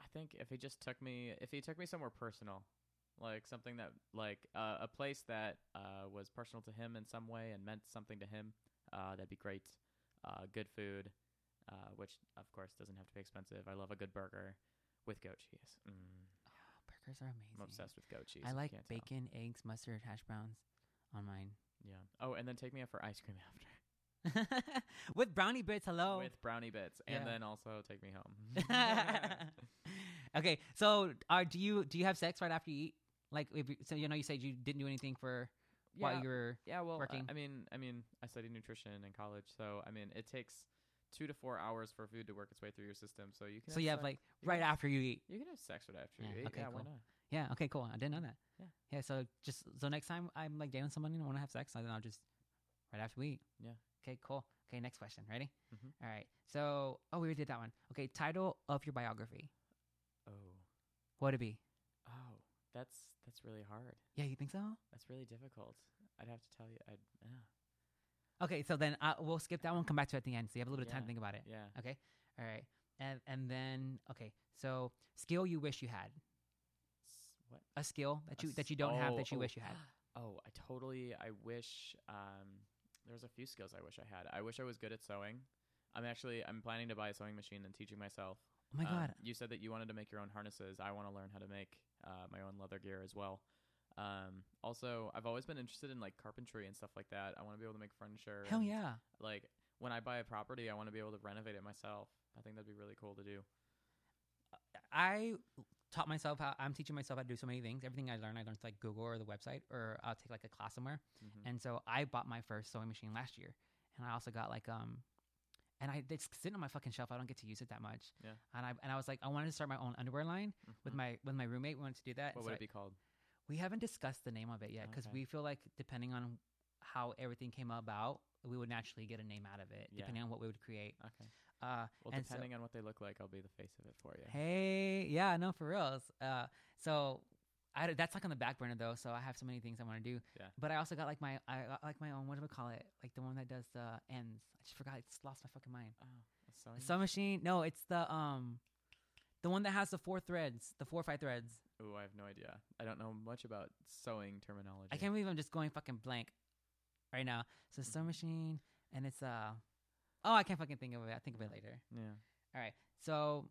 B: I think if he just took me, if he took me somewhere personal, like something that like uh, a place that uh, was personal to him in some way and meant something to him, uh, that'd be great. Uh, good food, uh, which of course doesn't have to be expensive. I love a good burger with goat cheese. Mm,
A: Oh, burgers are amazing.
B: I'm obsessed with goat cheese. if
A: I
B: you
A: like
B: can't tell.
A: bacon, eggs, mustard, hash browns on mine.
B: Yeah. Oh, and then take me out for ice cream after
A: With brownie bits, hello.
B: with brownie bits, and
A: Oh. Yeah.
B: then also take me home.
A: okay, so are do you do you have sex right after you eat? Like if you, so you know you said you didn't do anything for while you were
B: Yeah, well, uh,
A: working?
B: I mean, I mean, I studied nutrition in college, so I mean, it takes two to four hours for food to work its way through your system. So you can.
A: so you have
B: sex-
A: like
B: you
A: right
B: can-
A: after you eat.
B: You can have sex right after
A: Yeah,
B: you eat.
A: okay,
B: yeah, why
A: cool.
B: not?
A: Yeah, okay, cool. I didn't know that.
B: Yeah.
A: Yeah, so just so next time I'm like dating someone and I want to have sex, then I'll just right after we eat.
B: Yeah.
A: Okay, cool. Okay, next question. Ready?
B: Mhm.
A: All right. So oh we already did that one. Okay, title of your biography.
B: Oh,
A: What would it be?
B: oh, that's that's really hard.
A: Yeah, you think so?
B: That's really difficult. I'd have to tell you. I'd uh,
A: Okay, so then uh, we'll skip that one. Come back to it at the end, so you have a little time
B: Yeah.
A: to think about it.
B: yeah.
A: Okay, all right, and and then okay, so skill you wish you had
B: S- What?
A: a skill that
B: A
A: you that you
B: s-
A: don't have
B: oh,
A: that you
B: oh,
A: wish you had.
B: Oh, I totally. I wish. Um, there was a few skills I wish I had. I wish I was good at sewing. I'm actually. I'm planning to buy a sewing machine and teaching myself.
A: Oh my
B: Um,
A: god,
B: you said that you wanted to make your own harnesses. I want to learn how to make uh, my own leather gear as well. Um, also, I've always been interested in like carpentry and stuff like that. I want to be able to make furniture.
A: hell
B: and,
A: yeah!
B: Like when I buy a property, I want to be able to renovate it myself. I think that'd be really cool to do.
A: I taught myself how I'm teaching myself how to do so many things. Everything I learn, I learned like Google or the website, or I'll take like a class somewhere.
B: Mhm.
A: And so I bought my first sewing machine last year, and I also got like um, and I it's sitting on my fucking shelf. I don't get to use it that much.
B: Yeah.
A: And I and I was like, I wanted to start my own underwear line with
B: Mhm.
A: my with my roommate. We wanted to do that.
B: what
A: and
B: would
A: so I-
B: it be called?
A: we haven't discussed the name of it yet because
B: Okay.
A: we feel like depending on how everything came about, we would naturally get a name out of it
B: Yeah.
A: depending on what we would create.
B: Okay.
A: Uh,
B: Well,
A: and so-
B: depending on what they look like, I'll be the face of it for you.
A: Hey, yeah, no, for reals. Uh, so I, d- that's like on the back burner though. So I have so many things I want to do.
B: Yeah.
A: But I also got like my I got like my own what do we call it? Like the one that does the ends. I just forgot. It's lost my fucking mind.
B: Oh, a sewing.
A: The sewing machine? No, it's the um, the one that has the four threads, the four or five threads.
B: oh, I have no idea. I don't know much about sewing terminology.
A: I can't believe I'm just going fucking blank right now. So
B: Mm-hmm.
A: sewing machine, and it's uh, oh, I can't fucking think of it. I think of it later.
B: Yeah.
A: All right, so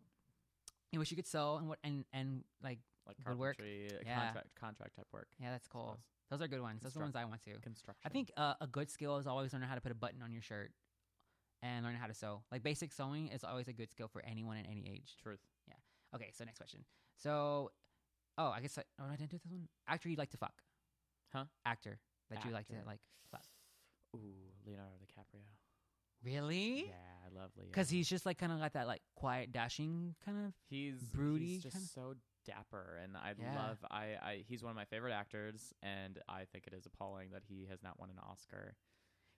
A: you wish you could sew and what and and like
B: Like
A: Woodwork.
B: carpentry, uh,
A: Yeah.
B: contract, contract type work.
A: yeah, that's
B: I
A: cool.
B: suppose.
A: Those are good ones. Those are the ones
B: Construct-
A: I want to.
B: Construction.
A: I think uh, a good skill is always learning how to put a button on your shirt and learning how to sew. Like basic sewing is always a good skill for anyone at any age.
B: truth.
A: Okay, so next question. So, oh, I guess I, oh, I didn't do this one. Actor you like to fuck?
B: Huh?
A: Actor that you like to
B: Actor.
A: like fuck?
B: Ooh, Leonardo DiCaprio.
A: Really?
B: Yeah, I love Leo.
A: because he's just like kind of like that like quiet dashing kind of
B: he's
A: broody
B: He's just
A: kinda-
B: so dapper, and I
A: Yeah.
B: love. I, I he's one of my favorite actors, and I think it is appalling that he has not won an Oscar.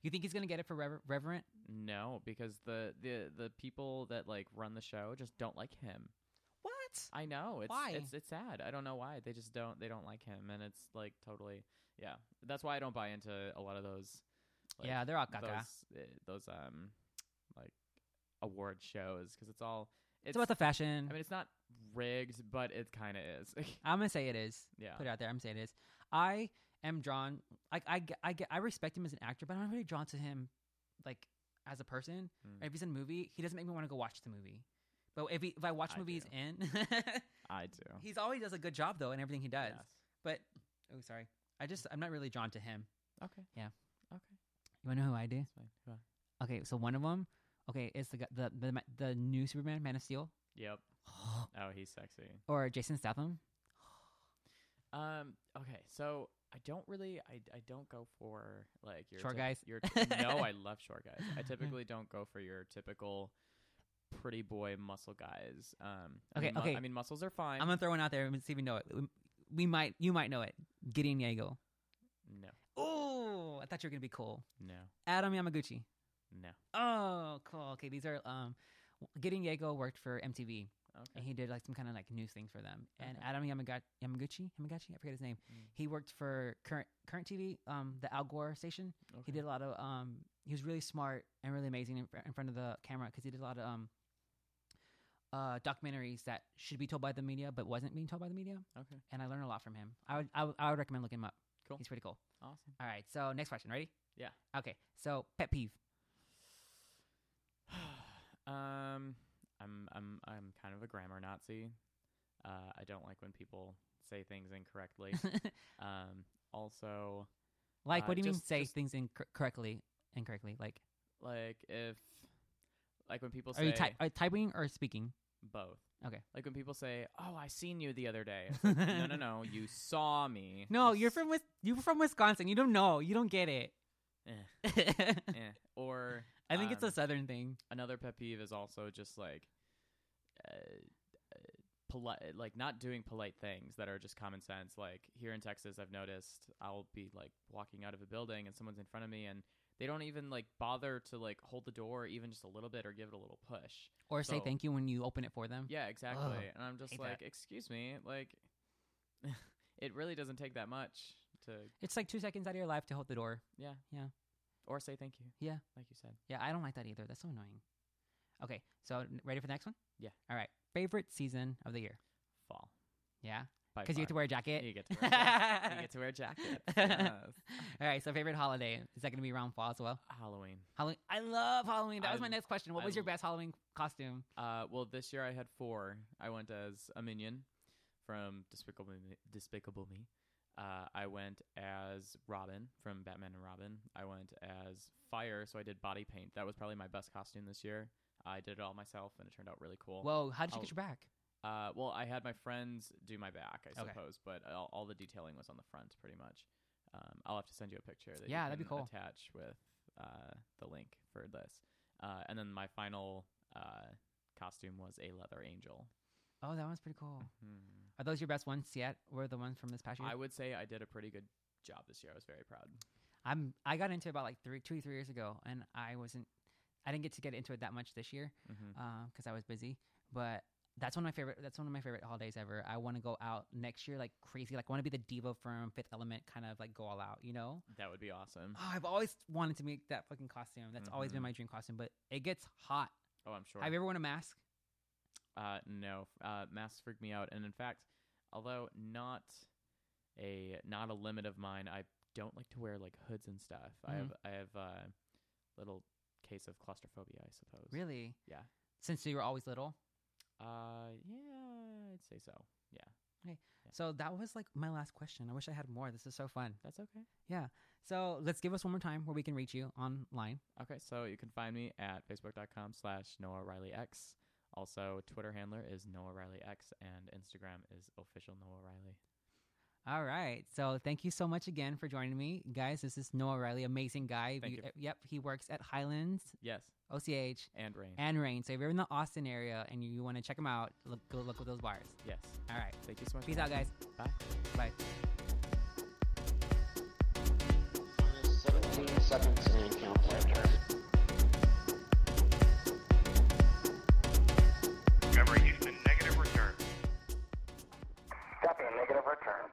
A: you think he's gonna get it for Rever- reverent
B: No, because the the the people that like run the show just don't like him.
A: what
B: I know it's
A: Why?
B: it's it's sad. I don't know why they just don't they don't like him, and it's like totally yeah. That's why I don't buy into a lot of those. Like,
A: yeah they're all caca
B: those, uh, those um like award shows because it's all
A: it's, about the fashion
B: I mean, it's not rigged, but it kind of is.
A: I am gonna say it is
B: yeah.
A: put it out there I'm saying it is I am drawn like I, g- I, g- I respect him as an actor but I'm not really drawn to him like as a person.
B: Mm.
A: If he's in a movie, he doesn't make me want to go watch the movie. But if he, if I watch
B: I
A: the movie he's
B: do. Oh.
A: in,
B: I do.
A: he's always does a good job though, and everything he does.
B: Yes.
A: But oh, sorry, I just I'm not really drawn to him.
B: Okay.
A: Yeah.
B: Okay.
A: You wanna know who I do?
B: That's fine. Go on.
A: Okay, so one of them, okay, it's the gu- the the, ma- the new Superman, Man of Steel,
B: Yep. Oh, he's sexy.
A: or Jason Statham.
B: Um. Okay. So I don't really. I, I don't go for like your
A: Short
B: typ-
A: guys?
B: Your no, I love short guys. I typically don't go for your typical pretty boy muscle guys. Um. I
A: Okay,
B: mean, mu-
A: okay.
B: I mean muscles are fine.
A: I'm gonna throw one out there and see if you know it. We- We might, you might know it. Gideon Yago.
B: no.
A: Oh, I thought you were gonna be cool.
B: No.
A: Adam Yamaguchi.
B: No.
A: Oh, cool. Okay, these are um, Gideon Yago worked for MTV. and
B: Okay.
A: he did like some kind of like news thing for them. And
B: Okay.
A: Adam Yamaga- Yamaguchi, Yamaguchi, I forget his name.
B: Mm.
A: He worked for current current TV, um, the Al Gore station.
B: okay.
A: He did a lot of um, he was really smart and really amazing in, fr- in front of the camera because he did a lot of um, uh, documentaries that should be told by the media but wasn't being told by the media.
B: Okay.
A: And I learned a lot from him. I would I would, I would recommend looking him up.
B: Cool.
A: He's pretty cool.
B: Awesome.
A: All right, so next question, ready?
B: Yeah.
A: Okay, so pet peeve.
B: um. I'm I'm I'm kind of a grammar Nazi. Uh, I don't like when people say things incorrectly. um. Also,
A: like,
B: Uh,
A: what do you mean
B: just-
A: say
B: just-
A: things incor- correctly, incorrectly? Like,
B: like if like when people
A: are
B: say
A: you ty- are you typing or speaking?
B: both
A: Okay.
B: like when people say oh i seen you the other day it's like, no no no you saw me
A: No,
B: You
A: you're
B: s-
A: from Wis- you're from Wisconsin. You don't know. You don't get it.
B: Eh.
A: I
B: eh. or
A: think it's a
B: um,
A: southern thing.
B: another pet peeve is also just like uh, polite like not doing polite things that are just common sense like here in texas i've noticed i'll be like walking out of a building and someone's in front of me and they don't even like bother to like hold the door even just a little bit or give it a little push
A: Or say
B: so-
A: thank you when you open it for them.
B: Yeah, exactly.
A: Mm. Ugh,
B: and I'm just
A: hate
B: like,
A: that.
B: excuse me, like, it really doesn't take that much to,
A: It's like two seconds out of your life to hold the door.
B: yeah,
A: Yeah.
B: or say thank you.
A: Yeah.
B: like you said.
A: Yeah, I don't like that either. That's so annoying. Okay, so n- ready for the next one?
B: Yeah.
A: All right. Favorite season of the year?
B: Fall.
A: Yeah,
B: By
A: because you get to
B: far.
A: wear a jacket.
B: You get to wear. jackets. you get to wear jackets. Yes.
A: All right. So favorite holiday is that going to be around fall as well?
B: Halloween.
A: Halloween. I love Halloween. That was my
B: I-
A: next question. What
B: I
A: was your
B: l-
A: best Halloween costume?
B: Uh, well, this year I had four. I went as a minion from Despicable Me. Despicable Me. Uh, I went as Robin from Batman and Robin. I went as Fire, so I did body paint. That was probably my best costume this year. I did it all myself, and it turned out really cool.
A: Whoa! How did you
B: I'll-
A: get your back?
B: Uh, well, I had my friends do my back, I
A: Okay.
B: suppose, but all, all the detailing was on the front, pretty much. Um, I'll have to send you a picture. That you
A: Yeah, that'd be
B: can
A: cool.
B: Attach with uh, the link for this, uh, and then my final uh, costume was a leather angel.
A: Oh, that one's pretty cool.
B: Mhm.
A: Are those your best ones yet? Were the ones from this past year?
B: I would say I did a pretty good job this year. I was very proud.
A: I'm I got into it about like three, two, three years ago, and I wasn't, I didn't get to get into it that much this year
B: Mm-hmm.
A: because I was busy. But that's one of my favorite. That's one of my favorite holidays ever. I want to go out next year like crazy. Like want to be the diva from Fifth Element, kind of like go all out. You know?
B: That would be awesome.
A: Oh, I've always wanted to make that fucking costume. That's always been
B: Mhm.
A: my dream costume. But it gets hot.
B: Oh, I'm sure.
A: Have you ever worn a mask?
B: Uh, no, uh, masks freak me out, and in fact, although not a not a limit of mine, I don't like to wear like hoods and stuff. I
A: Mhm.
B: have I have a little case of claustrophobia, I suppose.
A: Really?
B: Yeah.
A: Since you were always little.
B: Uh, yeah, I'd say so. Yeah,
A: So that was like my last question. I wish I had more. This is so fun.
B: that's okay.
A: So let's give us one more time where we can reach you online.
B: Okay, so you can find me at facebook.com slash Noah Riley X. Also, Twitter handler is Noah Riley X, and Instagram is official Noah Riley.
A: All right. So thank you so much again for joining me, guys. This is Noah Riley, amazing guy. If
B: Thank you.
A: uh, Yep, he works at Highlands
B: Yes,
A: OCH
B: and Rain.
A: and Rain. So if you're in the Austin area and you want to check him out, look, go look at those bars.
B: yes,
A: All right.
B: thank you so much. for
A: Peace out,
B: watching.
A: guys.
B: Bye.
A: Bye.
C: 17 seconds and count later.
D: Discovery Houston, negative return.
C: Copy, negative return.